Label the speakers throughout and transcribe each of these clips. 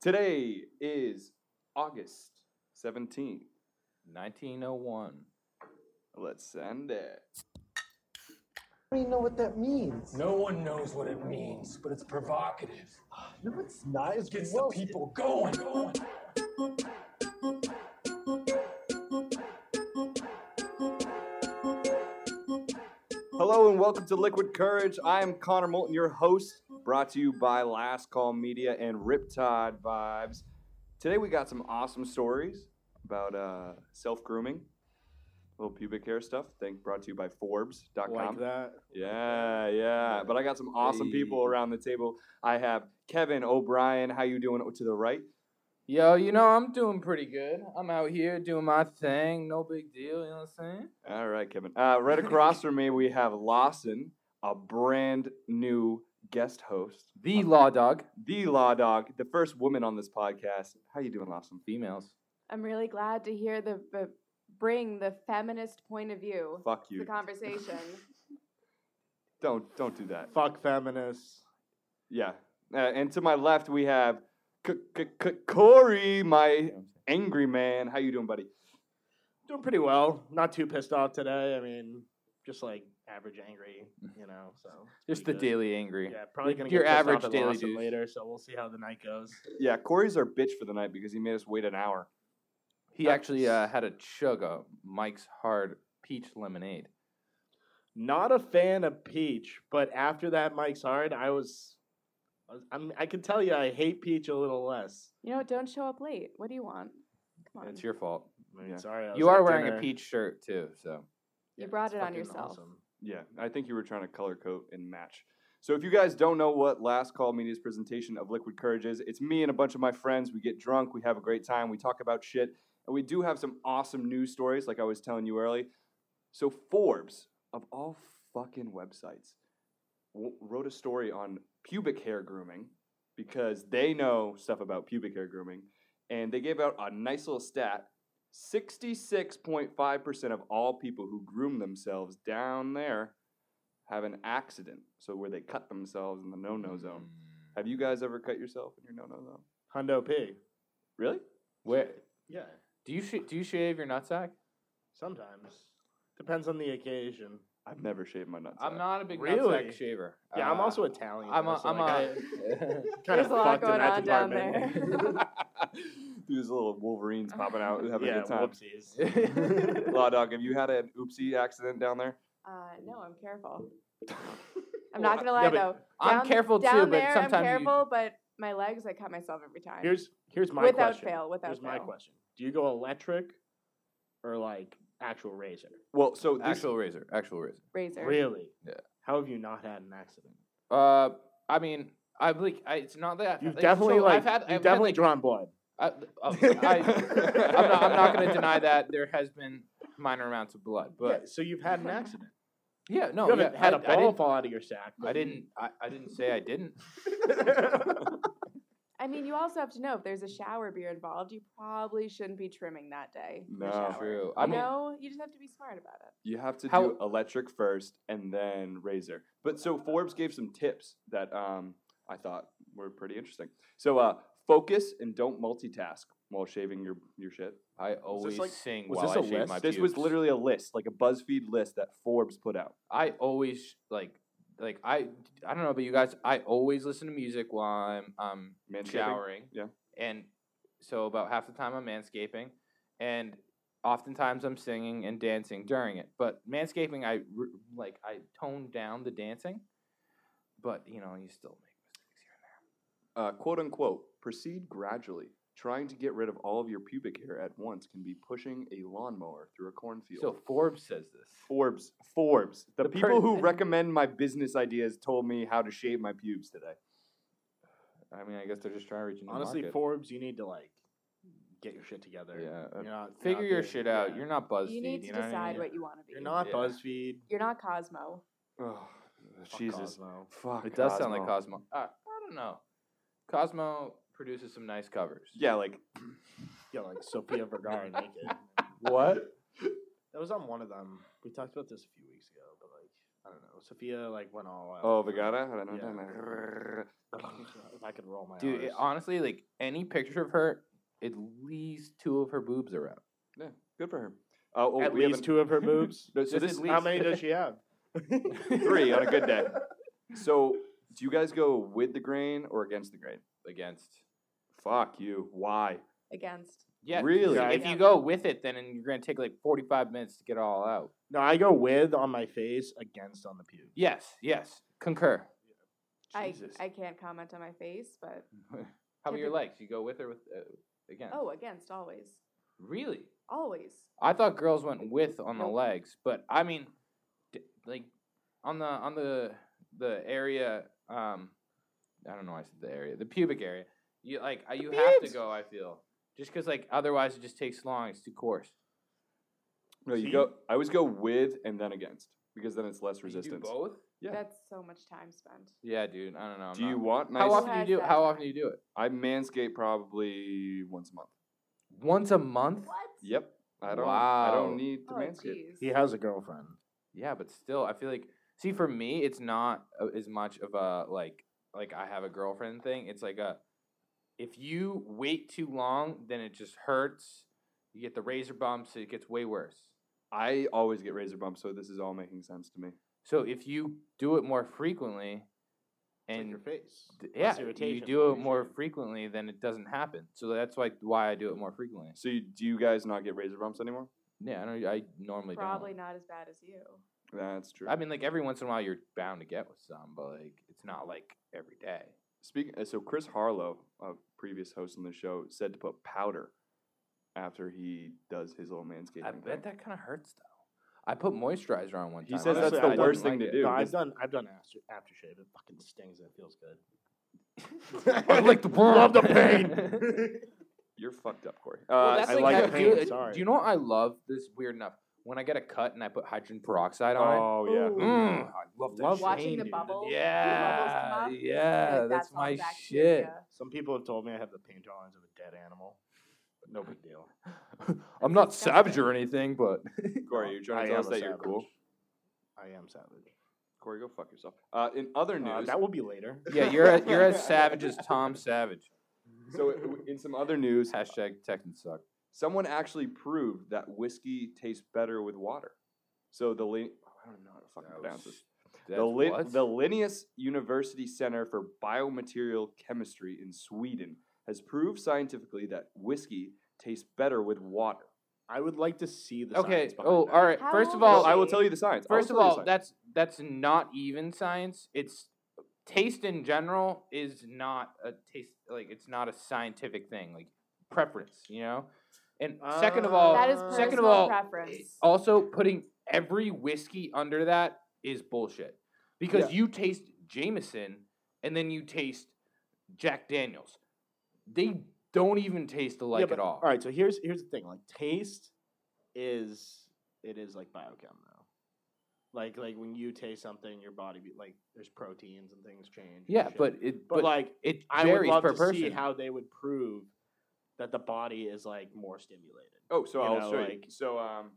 Speaker 1: Today is August 17th.
Speaker 2: 1901.
Speaker 1: Let's send it.
Speaker 3: I don't even know what that means.
Speaker 4: No one knows what it means, but it's provocative.
Speaker 3: No, it's not. It's
Speaker 4: It gets
Speaker 3: gross.
Speaker 4: the people going. going.
Speaker 1: Hello and welcome to Liquid Courage. I am Connor Moulton, your host, brought to you by Last Call Media and Riptide Vibes. Today we got some awesome stories about uh, self grooming, little pubic hair stuff. Thing brought to you by Forbes.com.
Speaker 2: Like that.
Speaker 1: Yeah, yeah. But I got some awesome people
Speaker 2: Hey.
Speaker 1: around the table. I have Kevin O'Brien. How you doing? To the right.
Speaker 2: Yo, you know, I'm doing pretty good. I'm out here doing my thing. No big deal. You know what I'm saying?
Speaker 1: All right, Kevin. Uh, right across from me we have Lawson, a brand new guest host.
Speaker 2: The Law Dog.
Speaker 1: the law dog, the first woman on this podcast. How you doing, Lawson?
Speaker 2: Females.
Speaker 5: I'm really glad to hear the, the bring the feminist point of view
Speaker 1: Fuck
Speaker 5: to the
Speaker 1: you.
Speaker 5: conversation.
Speaker 1: Don't don't do that.
Speaker 6: Fuck feminists.
Speaker 1: Yeah. Uh, and to my left we have C- C- C- Corey, my angry man. How you doing, buddy?
Speaker 6: Doing pretty well. Not too pissed off today. I mean, just like average angry, you know. So
Speaker 2: Mm-hmm. Just the
Speaker 6: pretty good.
Speaker 2: daily angry.
Speaker 6: Yeah, probably
Speaker 2: Your-
Speaker 6: gonna
Speaker 2: your
Speaker 6: get pissed
Speaker 2: average
Speaker 6: off at
Speaker 2: daily
Speaker 6: Lawson
Speaker 2: dudes.
Speaker 6: later. So we'll see how the night goes.
Speaker 1: Yeah, Corey's our bitch for the night because he made us wait an hour.
Speaker 2: He actually uh, had a chug of Mike's Hard Peach Lemonade.
Speaker 6: Not a fan of peach, but after that, Mike's hard. I was, I was- I'm, I can tell you, I hate peach a little less.
Speaker 5: you know, what? don't show up late. What do you want? Come on.
Speaker 2: It's your fault.
Speaker 6: I mean,
Speaker 1: Yeah.
Speaker 6: Sorry, I
Speaker 2: You
Speaker 6: was at
Speaker 2: are wearing
Speaker 6: dinner.
Speaker 2: a peach shirt, too, so.
Speaker 5: You
Speaker 6: Yeah,
Speaker 5: brought
Speaker 6: it's
Speaker 5: it on
Speaker 6: fucking
Speaker 5: yourself.
Speaker 6: awesome.
Speaker 1: Yeah, I think you were trying to color code and match. So if you guys don't know what Last Call Media's presentation of Liquid Courage is, it's me and a bunch of my friends. We get drunk, we have a great time, we talk about shit, and we do have some awesome news stories, like I was telling you early. So Forbes, of all fucking websites, w- wrote a story on pubic hair grooming because they know stuff about pubic hair grooming, and they gave out a nice little stat 66.5% of all people who groom themselves down there have an accident. So where they cut themselves in the
Speaker 2: Hmm.
Speaker 1: no-no zone. Have you guys ever cut yourself in your no-no zone?
Speaker 6: Hundo P.
Speaker 1: Really?
Speaker 2: Where?
Speaker 6: Yeah,
Speaker 2: Do you, sh- do you shave your nutsack?
Speaker 6: sometimes depends on the occasion.
Speaker 1: I've never shaved my nuts.
Speaker 2: I'm
Speaker 1: out.
Speaker 2: not a big
Speaker 6: Really?
Speaker 2: nutsack shaver.
Speaker 6: Yeah, I'm
Speaker 2: Uh,
Speaker 6: also Italian.
Speaker 2: I'm
Speaker 6: though,
Speaker 2: a,
Speaker 6: so,
Speaker 2: I'm
Speaker 6: like,
Speaker 2: a,
Speaker 6: kind
Speaker 5: There's
Speaker 6: of
Speaker 5: a lot
Speaker 6: fucked in
Speaker 5: going
Speaker 6: that
Speaker 5: on down
Speaker 6: department.
Speaker 1: Dude, These little wolverines popping out having
Speaker 6: yeah,
Speaker 1: a good time.
Speaker 6: whoopsies.
Speaker 1: Law dog, have you had an oopsie accident down there?
Speaker 5: Uh, no, I'm careful. I'm not gonna lie
Speaker 6: yeah, but
Speaker 5: though.
Speaker 2: I'm
Speaker 5: Down-
Speaker 2: careful too,
Speaker 5: down
Speaker 2: but
Speaker 5: there,
Speaker 2: sometimes
Speaker 5: I'm
Speaker 2: you-
Speaker 5: careful, but my legs, I cut myself every time.
Speaker 6: Here's here's my
Speaker 5: without
Speaker 6: question.
Speaker 5: fail, without
Speaker 6: here's
Speaker 5: fail.
Speaker 6: my question. Do you go electric or like actual razor?
Speaker 1: Well, so this,
Speaker 2: actual razor. Actual razor.
Speaker 5: Razor.
Speaker 6: Really?
Speaker 2: Yeah.
Speaker 6: How have you not had an accident?
Speaker 2: Uh, I mean, I like. I, it's not that
Speaker 6: You've
Speaker 2: like,
Speaker 6: definitely
Speaker 2: so
Speaker 6: like
Speaker 2: I've had,
Speaker 6: you've
Speaker 2: I've
Speaker 6: definitely
Speaker 2: had,
Speaker 6: drawn
Speaker 2: like,
Speaker 6: blood.
Speaker 2: I, oh, I, I'm not. I'm not going to deny that there has been minor amounts of blood, but
Speaker 6: yeah, so you've had an accident.
Speaker 2: yeah, no,
Speaker 6: you haven't
Speaker 2: yeah,
Speaker 6: had
Speaker 2: I,
Speaker 6: a
Speaker 2: I
Speaker 6: ball
Speaker 2: didn't.
Speaker 6: fall out of your sack.
Speaker 2: I didn't. I, I didn't say I didn't.
Speaker 5: I mean, you also have to know if there's a shower beer involved, you probably shouldn't be trimming that day. in the
Speaker 1: No.
Speaker 5: shower.
Speaker 2: True.
Speaker 5: You
Speaker 2: I mean,
Speaker 5: know, you just have to be smart about it.
Speaker 1: You have to
Speaker 2: How-
Speaker 1: do electric first and then razor. But so Forbes gave some tips that um, I thought were pretty interesting. So uh, focus and don't multitask while shaving your, your shit.
Speaker 2: I always
Speaker 6: like-
Speaker 2: sing
Speaker 6: was
Speaker 2: while
Speaker 6: this
Speaker 2: I
Speaker 6: a
Speaker 2: shave my
Speaker 6: list?
Speaker 1: This was
Speaker 2: pubes.
Speaker 1: literally a list, like a BuzzFeed list that Forbes put out.
Speaker 2: I always like. Like I, I don't know about you guys. I always listen to music while I'm um
Speaker 1: Man shaving?
Speaker 2: showering.
Speaker 1: Yeah.
Speaker 2: And so about half the time I'm manscaping, and oftentimes I'm singing and dancing during it. But manscaping, I re- like I tone down the dancing, but you know you still make mistakes here and there.
Speaker 1: Uh, quote unquote, proceed gradually. Trying to get rid of all of your pubic hair at once can be pushing a lawnmower through a cornfield.
Speaker 2: So Forbes says this.
Speaker 1: Forbes, Forbes, the,
Speaker 2: The per-
Speaker 1: people who recommend my business ideas told me how to shave my pubes today.
Speaker 2: I mean, I guess they're just trying to reach a new
Speaker 6: Honestly,
Speaker 2: market.
Speaker 6: Forbes, you need to like get your shit together.
Speaker 2: Yeah, uh,
Speaker 6: You're not,
Speaker 2: figure
Speaker 6: not
Speaker 2: your
Speaker 6: being-
Speaker 2: shit out.
Speaker 6: yeah.
Speaker 2: You're not BuzzFeed.
Speaker 5: you need to
Speaker 2: know what I
Speaker 5: decide
Speaker 2: mean?
Speaker 5: what you want to be.
Speaker 6: You're not
Speaker 2: Yeah.
Speaker 6: BuzzFeed.
Speaker 5: You're not Cosmo.
Speaker 1: Oh,
Speaker 6: Fuck
Speaker 1: Jesus.
Speaker 6: Cosmo.
Speaker 1: Fuck.
Speaker 2: It does sound like Cosmo. Uh, I don't know. Cosmo produces some nice covers.
Speaker 1: Yeah, like
Speaker 6: Yeah, like Sophia Vergara naked.
Speaker 1: what?
Speaker 6: That was on one of them. We talked about this a few weeks ago, but like I don't know. Sophia like went all out.
Speaker 1: Oh, Vegata? I don't
Speaker 6: Yeah.
Speaker 1: know.
Speaker 6: if I could roll my
Speaker 2: Dude, it,
Speaker 6: R's.
Speaker 2: honestly, like any picture of her, at least two of her boobs are out.
Speaker 1: Yeah, good for her. Uh, oh,
Speaker 6: at
Speaker 1: we haven't-
Speaker 6: least two of her boobs.
Speaker 1: No, so
Speaker 2: Just
Speaker 1: this
Speaker 2: at
Speaker 6: How
Speaker 2: least.
Speaker 6: many does she have?
Speaker 1: three on a good day. So, do you guys go with the grain or against the grain?
Speaker 2: Against.
Speaker 1: Fuck you. Why?
Speaker 5: against.
Speaker 2: Yeah.
Speaker 1: Really?
Speaker 2: If
Speaker 5: Yeah.
Speaker 2: you go with it, then you're gonna take like 45 minutes to get it all out.
Speaker 6: No, I go with on my face, against on the pubes.
Speaker 2: Yes. Yes. Concur.
Speaker 5: I,
Speaker 6: Jesus.
Speaker 5: I can't comment on my face, but
Speaker 2: Mm. How about your
Speaker 5: Typical.
Speaker 2: legs? You go with or with uh, against?
Speaker 5: oh, against always,
Speaker 2: really?
Speaker 5: always.
Speaker 2: I thought girls went with on the
Speaker 5: Nope.
Speaker 2: legs, but I mean, d- like on the on the the area. Um, I don't know. Why I said the area, the pubic area. You like uh, you have to
Speaker 6: pubes.
Speaker 2: go. I feel just because like otherwise it just takes long. It's too coarse.
Speaker 1: No, you
Speaker 6: See?
Speaker 1: go. I always go with and then against because then it's less
Speaker 2: You do
Speaker 1: resistance.
Speaker 2: both?
Speaker 1: Yeah.
Speaker 5: That's so much time spent.
Speaker 2: Yeah, dude. I don't know. I'm
Speaker 1: Do you
Speaker 2: not-
Speaker 1: want nice?
Speaker 2: How
Speaker 5: Who
Speaker 2: often do you
Speaker 5: has
Speaker 2: do? it?
Speaker 5: that
Speaker 2: How
Speaker 5: time?
Speaker 2: often do you do it?
Speaker 1: I manscape probably once a month.
Speaker 2: Once a month.
Speaker 5: What?
Speaker 1: Yep. I don't. I
Speaker 2: Wow.
Speaker 1: don't need to
Speaker 5: Oh,
Speaker 1: manscape.
Speaker 5: jeez.
Speaker 6: He has a girlfriend.
Speaker 2: Yeah, but still, I feel like see for me, it's not uh, as much of a like like I have a girlfriend thing. It's like a if you wait too long, then it just hurts. You get the razor bumps. It gets way worse.
Speaker 1: I always get razor bumps, so this is all making sense to me.
Speaker 2: So if you do it more frequently,
Speaker 6: It's like
Speaker 2: and
Speaker 6: your face.
Speaker 2: d-
Speaker 6: less
Speaker 2: yeah, you
Speaker 6: irritation,
Speaker 2: do it
Speaker 6: more
Speaker 2: more
Speaker 6: irritation.
Speaker 2: frequently, then it doesn't happen. So that's like why I do it more frequently.
Speaker 1: So, you, do you guys not get razor bumps anymore?
Speaker 2: Yeah, I don't. I normally
Speaker 5: Probably not as bad as you.
Speaker 1: That's true.
Speaker 2: Don't. I mean, like every once in a while, you're bound to get with some, but like it's not like every day.
Speaker 1: Speaking uh, so, Chris Harlow, a previous host on the show, said to put powder after he does his little manscaping.
Speaker 2: I
Speaker 1: thing.
Speaker 2: bet that kind of hurts though. I put moisturizer on one
Speaker 1: He
Speaker 2: time.
Speaker 1: says
Speaker 6: that's the
Speaker 2: I didn't
Speaker 1: worst thing to do.
Speaker 6: no, I've
Speaker 1: just-
Speaker 6: done. I've done after, aftershave. It fucking stings. It feels good.
Speaker 2: I like the
Speaker 6: Love the
Speaker 2: pain.
Speaker 1: You're fucked up, Corey.
Speaker 2: Well,
Speaker 1: Uh,
Speaker 2: that's
Speaker 1: I
Speaker 2: like,
Speaker 1: like.
Speaker 2: I-
Speaker 6: the
Speaker 2: do,
Speaker 6: pain,
Speaker 2: you-
Speaker 6: sorry.
Speaker 2: do you know what I love? This is weird enough. When I get a cut and I put hydrogen peroxide on
Speaker 1: oh yeah.
Speaker 2: it. Mm, I love that.
Speaker 6: Love
Speaker 2: shit.
Speaker 5: Watching
Speaker 6: pain,
Speaker 5: the
Speaker 6: dude.
Speaker 5: bubbles. the
Speaker 2: Yeah,
Speaker 5: bubbles come up,
Speaker 2: yeah,
Speaker 5: like,
Speaker 2: that's,
Speaker 5: all
Speaker 2: my shit.
Speaker 5: bacteria.
Speaker 6: Some people have told me I have the pain tolerance of a dead animal. No big deal.
Speaker 2: I'm not
Speaker 5: disgusting.
Speaker 2: savage or anything, but
Speaker 1: Corey, are you trying
Speaker 6: I
Speaker 1: to tell
Speaker 6: am
Speaker 1: us
Speaker 6: a
Speaker 1: that you're
Speaker 6: savage.
Speaker 1: cool?
Speaker 6: I am savage.
Speaker 1: Corey, go fuck yourself. Uh, in other
Speaker 6: Uh,
Speaker 1: news,
Speaker 6: that will be later.
Speaker 2: yeah, you're a, you're as savage as Tom Savage.
Speaker 1: so uh, w- in some other news, uh,
Speaker 2: Hashtag Texans suck.
Speaker 1: someone actually proved that whiskey tastes better with water. So the lin- oh, I don't know how to fucking pronounce this. The,
Speaker 2: That's
Speaker 1: lin-
Speaker 2: what?
Speaker 1: the Linnaeus University Center for Biomaterial Chemistry in Sweden has proved scientifically that whiskey tastes better with water.
Speaker 6: I would like to see the
Speaker 2: okay.
Speaker 6: science behind
Speaker 2: Oh,
Speaker 6: that.
Speaker 2: all right.
Speaker 5: How
Speaker 2: First
Speaker 5: old is
Speaker 2: of
Speaker 1: No,
Speaker 2: all,
Speaker 5: she?
Speaker 1: I will tell you the science. I will
Speaker 2: First of
Speaker 1: tell you the
Speaker 2: all,
Speaker 1: science.
Speaker 2: that's that's not even science. It's taste in general is not a taste like it's not a scientific thing like preference, you know. And second of all,
Speaker 5: That is
Speaker 6: Uh,
Speaker 5: personal
Speaker 2: second of all, oh,
Speaker 5: preference.
Speaker 2: also putting every whiskey under that is bullshit because you taste Jameson and then you taste Jack Daniels. They don't even taste alike
Speaker 6: yeah, but,
Speaker 2: at all.
Speaker 6: All right, so here's here's the thing. Like taste is it is like biochem though. Like like when you taste something, your body be, like there's proteins and things change. and
Speaker 2: Yeah,
Speaker 6: shit.
Speaker 2: but it
Speaker 6: but,
Speaker 2: but,
Speaker 6: like
Speaker 2: it
Speaker 6: I would
Speaker 2: varies
Speaker 6: love
Speaker 2: per
Speaker 6: to
Speaker 2: person.
Speaker 6: see how they would prove that the body is like more stimulated.
Speaker 1: Oh, so
Speaker 6: you
Speaker 1: I'll
Speaker 6: know,
Speaker 1: show you.
Speaker 6: like-
Speaker 1: So um,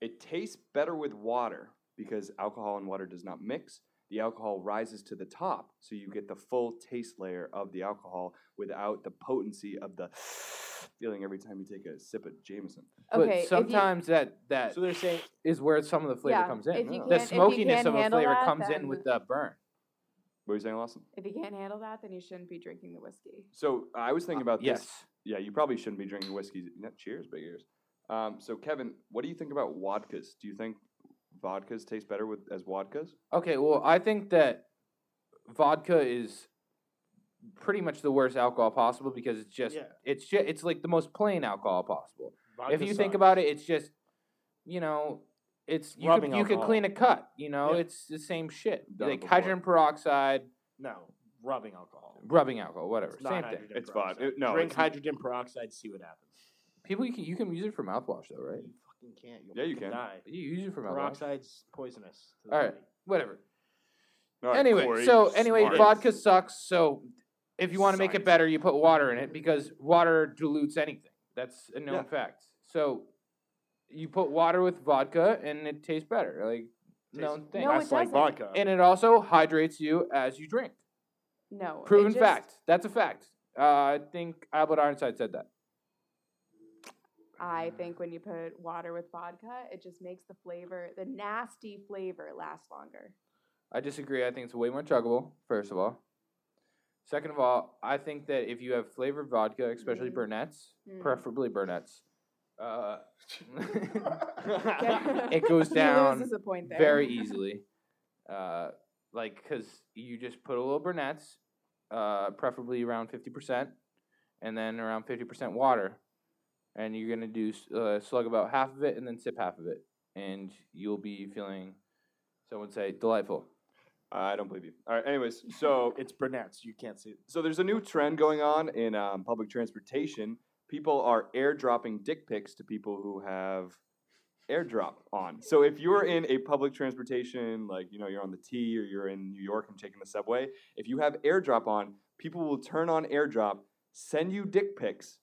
Speaker 1: it tastes better with water because alcohol and water does not mix. The alcohol rises to the top, so you get the full taste layer of the alcohol without the potency of the feeling every time you take a sip of Jameson.
Speaker 2: but
Speaker 5: okay, if you-
Speaker 2: sometimes that that
Speaker 6: So they're saying
Speaker 2: is where some of the flavor
Speaker 5: Yeah,
Speaker 2: comes in.
Speaker 5: if you
Speaker 1: yeah.
Speaker 5: can't-
Speaker 2: the
Speaker 5: if you
Speaker 2: smokiness
Speaker 5: can't
Speaker 2: of a
Speaker 5: handle
Speaker 2: flavor
Speaker 5: that,
Speaker 2: comes in
Speaker 5: then-
Speaker 2: with the burn.
Speaker 1: What were you saying, Lawson?
Speaker 5: If you can't handle that, then you shouldn't be drinking the whiskey.
Speaker 1: So I was thinking about
Speaker 2: yes.
Speaker 1: this. Yeah, you probably shouldn't be drinking whiskey. No, cheers, big ears. Um, so Kevin, what do you think about vodkas? Do you think vodkas taste better with as vodkas?
Speaker 2: Okay. Well, I think that vodka is pretty much the worst alcohol possible because it's just
Speaker 6: Yeah.
Speaker 2: it's just, it's like the most plain alcohol possible. if
Speaker 6: vodka
Speaker 2: you think
Speaker 6: sucks.
Speaker 2: about it, it's just you know. It's you could,
Speaker 6: Rubbing
Speaker 2: you could
Speaker 6: alcohol.
Speaker 2: clean a cut, you know.
Speaker 6: Yeah.
Speaker 2: It's the same shit.
Speaker 1: Done it
Speaker 2: like
Speaker 1: before.
Speaker 2: hydrogen peroxide,
Speaker 6: no rubbing alcohol.
Speaker 2: rubbing alcohol, whatever,
Speaker 6: It's not
Speaker 2: same thing.
Speaker 6: hydrogen
Speaker 1: It's vodka.
Speaker 6: peroxide.
Speaker 1: It- no,
Speaker 6: drink
Speaker 1: it's-
Speaker 6: hydrogen peroxide. See what happens.
Speaker 2: People, you can, you can use it for mouthwash though, right?
Speaker 6: You fucking can't. You'll
Speaker 1: Yeah, you
Speaker 6: fucking
Speaker 1: can.
Speaker 6: Die.
Speaker 2: You use it for mouthwash.
Speaker 6: Peroxide's poisonous. to the
Speaker 2: All right.
Speaker 6: body.
Speaker 2: Whatever.
Speaker 1: All right,
Speaker 2: anyway,
Speaker 1: Corey,
Speaker 2: so anyway,
Speaker 1: smart.
Speaker 2: vodka sucks. So if you want to make
Speaker 1: Science.
Speaker 2: it better, you put water in it because water dilutes anything. That's a known
Speaker 1: Yeah.
Speaker 2: fact. So you put water with vodka and it tastes better. Like known
Speaker 6: Tastes-
Speaker 2: thing.
Speaker 5: No, it
Speaker 6: That's like
Speaker 5: doesn't.
Speaker 6: vodka.
Speaker 2: and it also hydrates you as you drink.
Speaker 5: No. it
Speaker 2: Proven
Speaker 5: just-
Speaker 2: fact. That's a fact. Uh, I think Albert Ironside said that.
Speaker 5: I think when you put water with vodka, it just makes the flavor, the nasty flavor, last longer.
Speaker 2: I disagree. I think it's way more chuggable, first of all. Second of all, I think that if you have flavored vodka, especially
Speaker 5: Mm.
Speaker 2: Burnett's,
Speaker 5: Mm.
Speaker 2: preferably Burnett's, uh,
Speaker 5: Yeah.
Speaker 2: it goes
Speaker 5: He
Speaker 2: down
Speaker 5: loses a point there.
Speaker 2: very easily. Uh, like, because you just put a little Burnett's, uh, preferably around 50%, and then around 50% water. And you're going to do s- uh, slug about half of it and then sip half of it. And you'll be feeling, someone say, delightful.
Speaker 1: I don't believe you. All right. Anyways, so
Speaker 6: It's brunettes. You can't see it.
Speaker 1: so there's a new trend going on in um, public transportation. People are airdropping dick pics to people who have airdrop on. So if you're in a public transportation, like you know you're on the T or you're in New York and taking the subway, if you have airdrop on, people will turn on airdrop, send you dick pics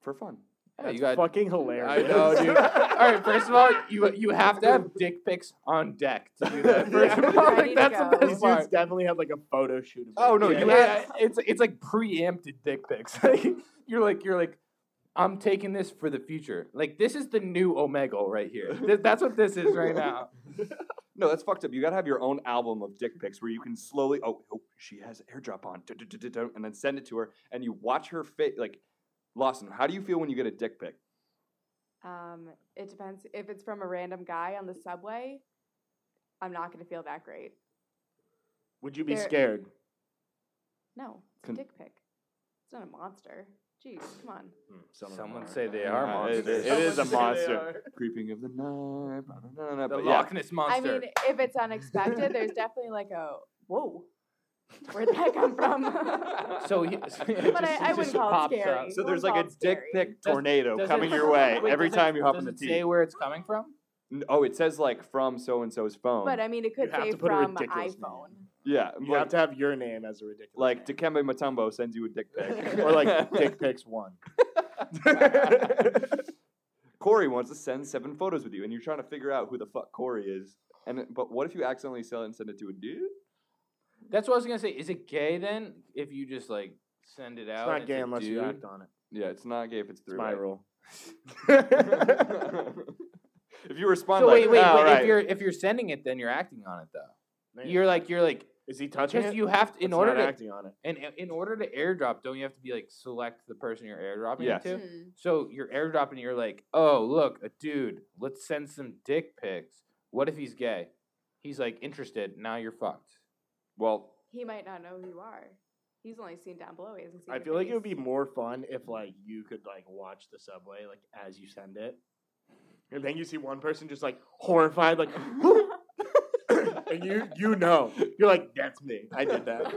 Speaker 1: for fun.
Speaker 2: Yeah, you
Speaker 6: That's
Speaker 2: got
Speaker 6: fucking hilarious.
Speaker 2: I know, dude. All right, first of all, you you have to have dick pics on deck to do that. First of all,
Speaker 5: Ready
Speaker 2: like,
Speaker 5: to
Speaker 2: that's the
Speaker 5: go.
Speaker 6: These
Speaker 2: best part.
Speaker 6: dudes definitely had like a photo shoot. Of
Speaker 1: Oh,
Speaker 6: it.
Speaker 1: no,
Speaker 2: Yeah,
Speaker 1: you
Speaker 2: yeah, it's it's like preempted dick pics. Like, you're like you're like, I'm taking this for the future. Like this is the new Omegle right here. Th- that's what this is right now.
Speaker 1: No, that's fucked up. You gotta have your own album of dick pics where you can slowly. Oh, oh she has airdrop on, duh, duh, duh, duh, duh, and then send it to her, and you watch her face. Like, Lawson, how do you feel when you get a dick pic?
Speaker 5: Um, it depends. If it's from a random guy on the subway, I'm not going to feel that great.
Speaker 6: Would you be
Speaker 5: They're-
Speaker 6: scared?
Speaker 5: No, it's
Speaker 1: Con-
Speaker 5: a dick pic. It's not a monster. Jeez, come on.
Speaker 2: Someone say they
Speaker 1: Yeah,
Speaker 2: are
Speaker 1: it-
Speaker 2: monsters.
Speaker 1: it is a
Speaker 6: Someone say they
Speaker 1: monster.
Speaker 6: are.
Speaker 1: Creeping of the night. blah, blah, blah, blah,
Speaker 2: The
Speaker 1: but yeah.
Speaker 2: Loch Ness monster.
Speaker 5: I mean, if it's unexpected, there's definitely like a whoa. Where'd that come from?
Speaker 2: so, he, so it
Speaker 5: But I-
Speaker 2: just-
Speaker 5: I wouldn't
Speaker 2: it just
Speaker 5: call it
Speaker 2: pops
Speaker 5: scary.
Speaker 2: up.
Speaker 1: So
Speaker 5: One
Speaker 1: there's like a
Speaker 5: called
Speaker 1: dick
Speaker 5: scary.
Speaker 1: pic
Speaker 2: Does-
Speaker 1: tornado
Speaker 2: does it-
Speaker 1: coming your way
Speaker 2: wait,
Speaker 1: every
Speaker 2: does it-
Speaker 1: time you hop on the
Speaker 2: does it
Speaker 1: T.
Speaker 2: Say where it's coming from.
Speaker 1: N- Oh, it says like from so and so's phone.
Speaker 5: but I mean, it could
Speaker 6: You have
Speaker 5: say
Speaker 6: to put a
Speaker 5: from
Speaker 6: ridiculous name.
Speaker 5: iPhone.
Speaker 1: yeah,
Speaker 6: You
Speaker 1: like,
Speaker 6: have to have your name as a ridiculous.
Speaker 1: like
Speaker 6: name.
Speaker 1: Dikembe Mutombo sends you a dick pic,
Speaker 6: or like dick pics one.
Speaker 1: Corey wants to send seven photos with you, and you're trying to figure out who the fuck Corey is. And it- but what if you accidentally sell it and send it to a dude?
Speaker 2: That's what I was gonna say. Is it gay then? If you just like send it
Speaker 6: It's
Speaker 2: out,
Speaker 6: not
Speaker 2: and
Speaker 6: gay
Speaker 2: a
Speaker 6: unless you
Speaker 2: dude?
Speaker 6: act on it.
Speaker 1: Yeah, it's not gay if it's
Speaker 6: It's
Speaker 1: three.
Speaker 6: my rule.
Speaker 1: if you respond,
Speaker 2: So
Speaker 1: like,
Speaker 2: wait, wait,
Speaker 1: "Ah,
Speaker 2: wait.
Speaker 1: alright,"
Speaker 2: If you're if you're sending it, then you're acting on it though.
Speaker 6: Man,
Speaker 2: You're like you're like
Speaker 6: is he touching
Speaker 2: because
Speaker 6: it?
Speaker 2: you have to in
Speaker 6: That's
Speaker 2: order
Speaker 6: not
Speaker 2: to
Speaker 6: acting on it.
Speaker 2: and in, in order to airdrop, don't you have to be like select the person you're airdropping
Speaker 1: Yes.
Speaker 2: to?
Speaker 5: Hmm.
Speaker 2: So you're airdropping, you're like, oh look, a dude. Let's send some dick pics. What if he's gay? He's like interested. Now you're fucked.
Speaker 1: well,
Speaker 5: He might not know who you are. He's only seen down below. He hasn't seen.
Speaker 6: I
Speaker 5: your
Speaker 6: feel like it would be
Speaker 5: face.
Speaker 6: more fun if like you could like watch the subway like as you send it, and then you see one person just like horrified, like, and you you know you're like that's me. I did that.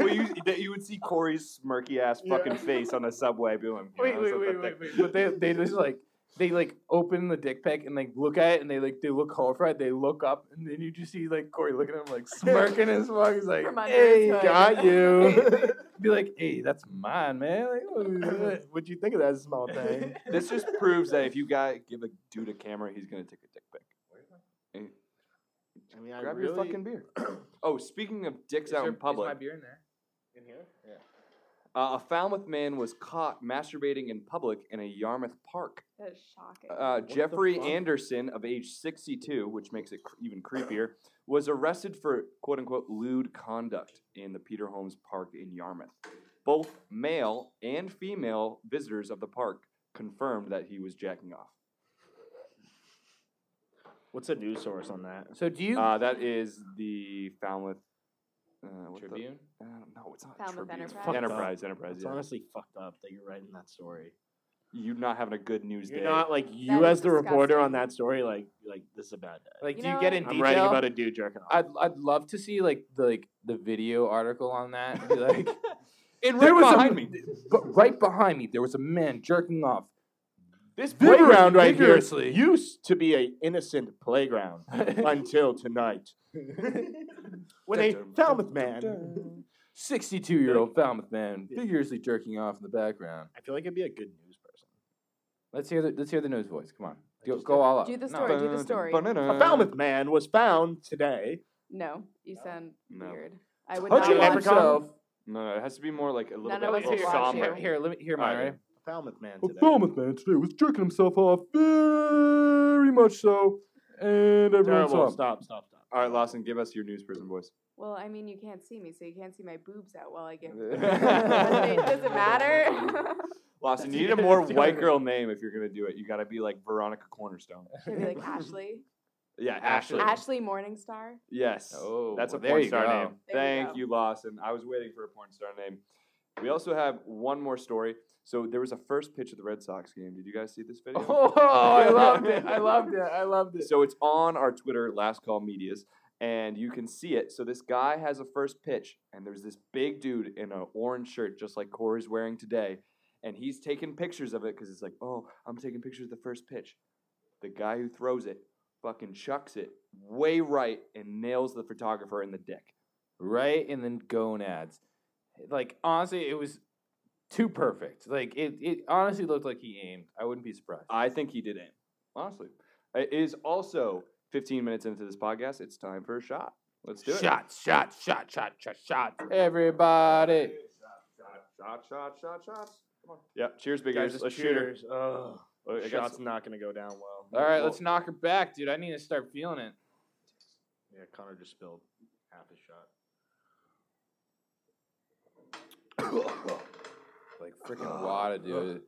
Speaker 1: well, you that you would see Corey's smirky ass
Speaker 6: Yeah.
Speaker 1: fucking face on a subway, be like, "Yeah,
Speaker 2: wait,
Speaker 1: that's
Speaker 2: wait,
Speaker 1: not that
Speaker 2: wait,
Speaker 1: dick."
Speaker 2: wait, wait. But they they just like they like open the dick pic and like look at it and they like they look horrified. They look up and then you just see like Corey looking at him like smirking his fuck. He's like,
Speaker 5: From under his
Speaker 2: "Hey,
Speaker 5: hood."
Speaker 2: got you." Be like, "Hey, that's mine, man." Like, what was that?"
Speaker 6: What'd you think of that small thing?
Speaker 1: This just proves that if you guy give a dude a camera, he's gonna take a dick pic.
Speaker 6: I mean, I
Speaker 1: Grab
Speaker 6: really
Speaker 1: your fucking beer. oh, speaking of dicks
Speaker 2: Is
Speaker 1: out
Speaker 2: there-
Speaker 1: in
Speaker 2: is
Speaker 1: public,
Speaker 2: my beer in there?
Speaker 6: in here.
Speaker 1: Uh, a Falmouth man was caught masturbating in public in a Yarmouth park.
Speaker 5: That is shocking.
Speaker 1: Uh,
Speaker 6: the
Speaker 1: Jeffrey
Speaker 6: fuck?
Speaker 1: Anderson, of age 62, which makes it cr- even creepier, was arrested for quote unquote lewd conduct in the Peter Holmes Park in Yarmouth. Both male and female visitors of the park confirmed that he was jacking off.
Speaker 6: What's a news source on that?
Speaker 2: So do you
Speaker 1: Uh, that is the Falmouth. Uh, what the-
Speaker 2: Tribune?
Speaker 1: uh, no, it's not
Speaker 5: Falmouth
Speaker 1: Tribune.
Speaker 5: Enterprise?
Speaker 6: Fucked up.
Speaker 1: Enterprise, Enterprise.
Speaker 6: It's
Speaker 1: yeah.
Speaker 6: honestly fucked up that you're writing that story.
Speaker 1: You're not having a good news
Speaker 6: You're
Speaker 1: day.
Speaker 6: not like you
Speaker 5: That
Speaker 6: as
Speaker 5: is
Speaker 6: the reporter on
Speaker 5: disgusting.
Speaker 6: that story. Like like this is a bad day.
Speaker 2: like
Speaker 5: You
Speaker 2: do you get
Speaker 5: know-
Speaker 2: in
Speaker 6: I'm
Speaker 2: detail?
Speaker 6: writing about a dude jerking off.
Speaker 2: I'd I'd love to see like the like the video article on that. and Be like, and
Speaker 1: There
Speaker 2: right
Speaker 1: was a-
Speaker 2: behind me, but right behind me there was a man jerking off.
Speaker 1: this
Speaker 6: Dig
Speaker 2: Right,
Speaker 6: around right here
Speaker 2: vigorously.
Speaker 6: used to be an innocent playground until tonight. when a Falmouth man.
Speaker 2: 62 year old Falmouth man vigorously jerking off in the background.
Speaker 6: I feel like I'd be a good news person.
Speaker 2: Let's hear the let's hear the news voice. Come on. Go, go all out.
Speaker 5: Do the
Speaker 2: No.
Speaker 5: story. do the story.
Speaker 1: Uh,
Speaker 6: A Falmouth man was found today.
Speaker 5: No, you sound
Speaker 1: No.
Speaker 5: weird. I would
Speaker 6: Touch
Speaker 5: not
Speaker 6: it,
Speaker 5: watch
Speaker 6: leprechaun.
Speaker 5: that.
Speaker 2: So,
Speaker 1: No, it has to be more like a little
Speaker 5: None
Speaker 1: bit
Speaker 5: of us
Speaker 2: Oh,
Speaker 1: more
Speaker 5: would watch
Speaker 1: somber.
Speaker 2: here, here, let me hear mine.
Speaker 1: Alright.
Speaker 2: Right?
Speaker 6: A Falmouth man
Speaker 1: A
Speaker 6: today.
Speaker 1: Falmouth man today was jerking himself off very much so, and everyone saw
Speaker 6: Terrible.
Speaker 1: him.
Speaker 6: Stop, stop, stop.
Speaker 1: All right, Lawson, give us your news prison voice.
Speaker 5: Well, I mean, you can't see me, so you can't see my boobs out while I give. Does it does it matter?
Speaker 1: Lawson, you
Speaker 2: That's
Speaker 1: need a
Speaker 2: good.
Speaker 1: more
Speaker 2: That's
Speaker 1: white
Speaker 2: good.
Speaker 1: girl name if you're gonna do it. You gotta be like Veronica Cornerstone.
Speaker 5: Should be like Ashley,
Speaker 1: Yeah,
Speaker 2: Ashley.
Speaker 1: Ashley.
Speaker 5: Ashley Morningstar.
Speaker 1: Yes.
Speaker 2: Oh,
Speaker 1: that's a
Speaker 2: well, there
Speaker 1: porn
Speaker 2: you
Speaker 1: star
Speaker 2: go.
Speaker 1: name.
Speaker 5: There you
Speaker 1: Thank
Speaker 5: go.
Speaker 1: you, Lawson. I was waiting for a porn star name. We also have one more story. So there was a first pitch of the Red Sox game. Did you guys see this video?
Speaker 2: Oh, I loved it. I loved it. I loved it.
Speaker 1: So it's on our Twitter, Last Call Medias, and you can see it. So this guy has a first pitch, and there's this big dude in an orange shirt, just like Corey's wearing today, and he's taking pictures of it because it's like, oh, I'm taking pictures of the first pitch. The guy who throws it fucking chucks it way right and nails the photographer in the dick.
Speaker 2: right and then gonads. Like honestly, it was too perfect. Like it, it honestly looked like he aimed. I wouldn't be surprised.
Speaker 1: I think he did aim, honestly. It is also 15 minutes into this podcast. It's time for a shot. Let's do it.
Speaker 2: Shot, shot, shot, shot, shot, shot. Everybody.
Speaker 1: Shot, shot, shot, shots. Come on. Yeah, cheers, big
Speaker 6: Guys,
Speaker 1: ears.
Speaker 6: just
Speaker 1: Let's shoot her.
Speaker 6: cheers. Ugh.
Speaker 1: Oh, I got
Speaker 6: Shot's
Speaker 1: some-
Speaker 6: not gonna go down well.
Speaker 2: All right,
Speaker 1: Well-
Speaker 2: let's knock her back, dude. I need to start feeling it.
Speaker 6: Yeah, Connor just spilled half his shot.
Speaker 2: Like freaking water, dude.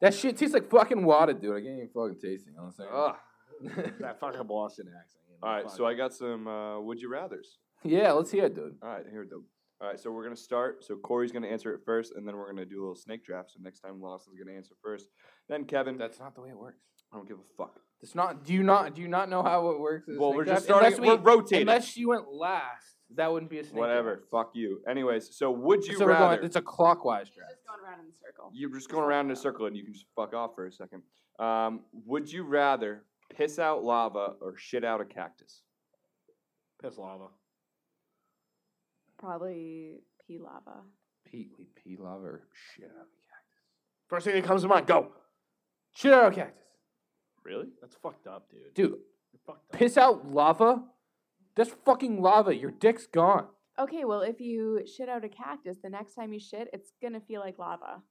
Speaker 2: That shit tastes like fucking water, dude. I can't even fucking taste it. You know what
Speaker 1: Ah.
Speaker 2: I'm saying?
Speaker 6: That fucking Boston accent. you know,
Speaker 1: All right,
Speaker 6: fuck.
Speaker 1: so I got some uh, would you rather's.
Speaker 2: yeah, let's hear it, dude.
Speaker 1: All right, here we go. All right, so we're gonna start. So Corey's gonna answer it first, and then we're gonna do a little snake draft. So next time Lawson's gonna answer first, then Kevin.
Speaker 2: That's not the way it works.
Speaker 1: I don't give a fuck.
Speaker 2: It's not. Do you not? Do you not know how it works? as a
Speaker 1: Well,
Speaker 2: snake
Speaker 1: we're just
Speaker 2: draft? Unless
Speaker 1: starting. we're
Speaker 2: we-
Speaker 1: rotating.
Speaker 2: Unless she went last, that wouldn't be a snake.
Speaker 1: Whatever.
Speaker 2: draft.
Speaker 1: Fuck you. Anyways, so would you
Speaker 2: So we're
Speaker 1: rather?
Speaker 2: going. It's a clockwise
Speaker 5: She's
Speaker 2: draft.
Speaker 5: just going around in a circle.
Speaker 1: You're just going around in a circle, and you can just fuck off for a second. Um, would you rather piss out lava or shit out a cactus?
Speaker 6: piss lava.
Speaker 5: Probably pea lava.
Speaker 2: Pete, we pea lover. Shit out of cactus.
Speaker 6: First thing that comes to mind, go.
Speaker 2: Shit out of cactus.
Speaker 1: Really?
Speaker 6: That's fucked up, dude.
Speaker 2: Dude,
Speaker 6: You're fucked up.
Speaker 2: piss out lava? That's fucking lava. Your dick's gone.
Speaker 5: Okay, well, if you shit out a cactus, the next time you shit, it's gonna feel like lava.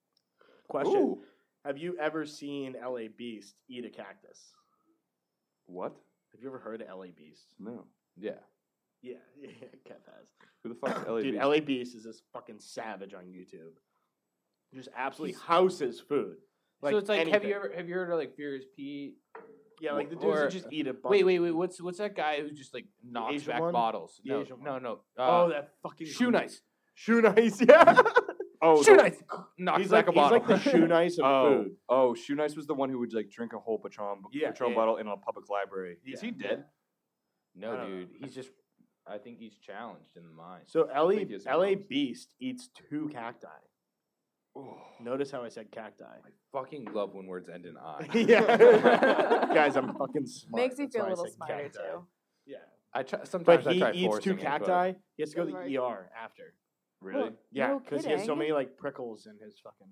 Speaker 6: Question:
Speaker 1: Ooh.
Speaker 6: Have you ever seen LA Beast eat a cactus?
Speaker 1: What?
Speaker 6: Have you ever heard of LA Beast?
Speaker 1: No.
Speaker 2: Yeah.
Speaker 6: Yeah, yeah, Kev has.
Speaker 1: Who the fuck's LA?
Speaker 6: Dude,
Speaker 1: Beast?
Speaker 6: LA Beast is this fucking savage on YouTube. He Just absolutely houses food.
Speaker 2: so it's like, have
Speaker 6: anything.
Speaker 2: you ever have you heard of like Furious Pete?
Speaker 6: Yeah, like the dudes
Speaker 2: or-
Speaker 6: that just eat a bunch.
Speaker 2: Wait, wait, wait. What's what's that guy who just like knocks
Speaker 6: Asian
Speaker 2: back
Speaker 6: one?
Speaker 2: bottles?
Speaker 6: The
Speaker 2: no,
Speaker 6: Asian
Speaker 2: no,
Speaker 6: one.
Speaker 2: no,
Speaker 6: Oh,
Speaker 2: Uh,
Speaker 6: that fucking
Speaker 2: shoe nice.
Speaker 6: Shoe nice. Yeah.
Speaker 1: Oh,
Speaker 2: shoe
Speaker 1: the-
Speaker 2: nice. Knocks
Speaker 6: he's like,
Speaker 2: back a
Speaker 6: he's
Speaker 2: bottle.
Speaker 6: like the shoe nice of
Speaker 1: Oh,
Speaker 6: food.
Speaker 1: oh, Shoe Nice was the one who would like drink a whole Patron,
Speaker 6: Yeah,
Speaker 1: Patron
Speaker 6: yeah.
Speaker 1: bottle in a public library.
Speaker 6: Yeah.
Speaker 1: Is he dead?
Speaker 6: I
Speaker 2: no,
Speaker 6: don't know.
Speaker 2: dude. He's just. I think he's challenged in the mind.
Speaker 6: So LA,
Speaker 1: think he has
Speaker 6: LA
Speaker 1: problems.
Speaker 6: E Beast eats two cacti. Oh. Notice how I said cacti.
Speaker 2: fucking love when words end in I.
Speaker 6: yeah. Guys, I'm fucking smart.
Speaker 5: Makes me
Speaker 6: That's
Speaker 5: feel a
Speaker 6: why I
Speaker 5: little
Speaker 6: said
Speaker 5: smarter
Speaker 6: cacti.
Speaker 5: too.
Speaker 6: Yeah.
Speaker 2: I try, sometimes
Speaker 6: But he
Speaker 2: I try
Speaker 6: eats
Speaker 2: forcing
Speaker 6: two
Speaker 2: it, but-
Speaker 6: cacti. He has to go to
Speaker 5: Right.
Speaker 6: the ER after.
Speaker 1: Really?
Speaker 6: Yeah,
Speaker 5: No
Speaker 6: because he has so
Speaker 5: kidding.
Speaker 6: many like prickles in his fucking.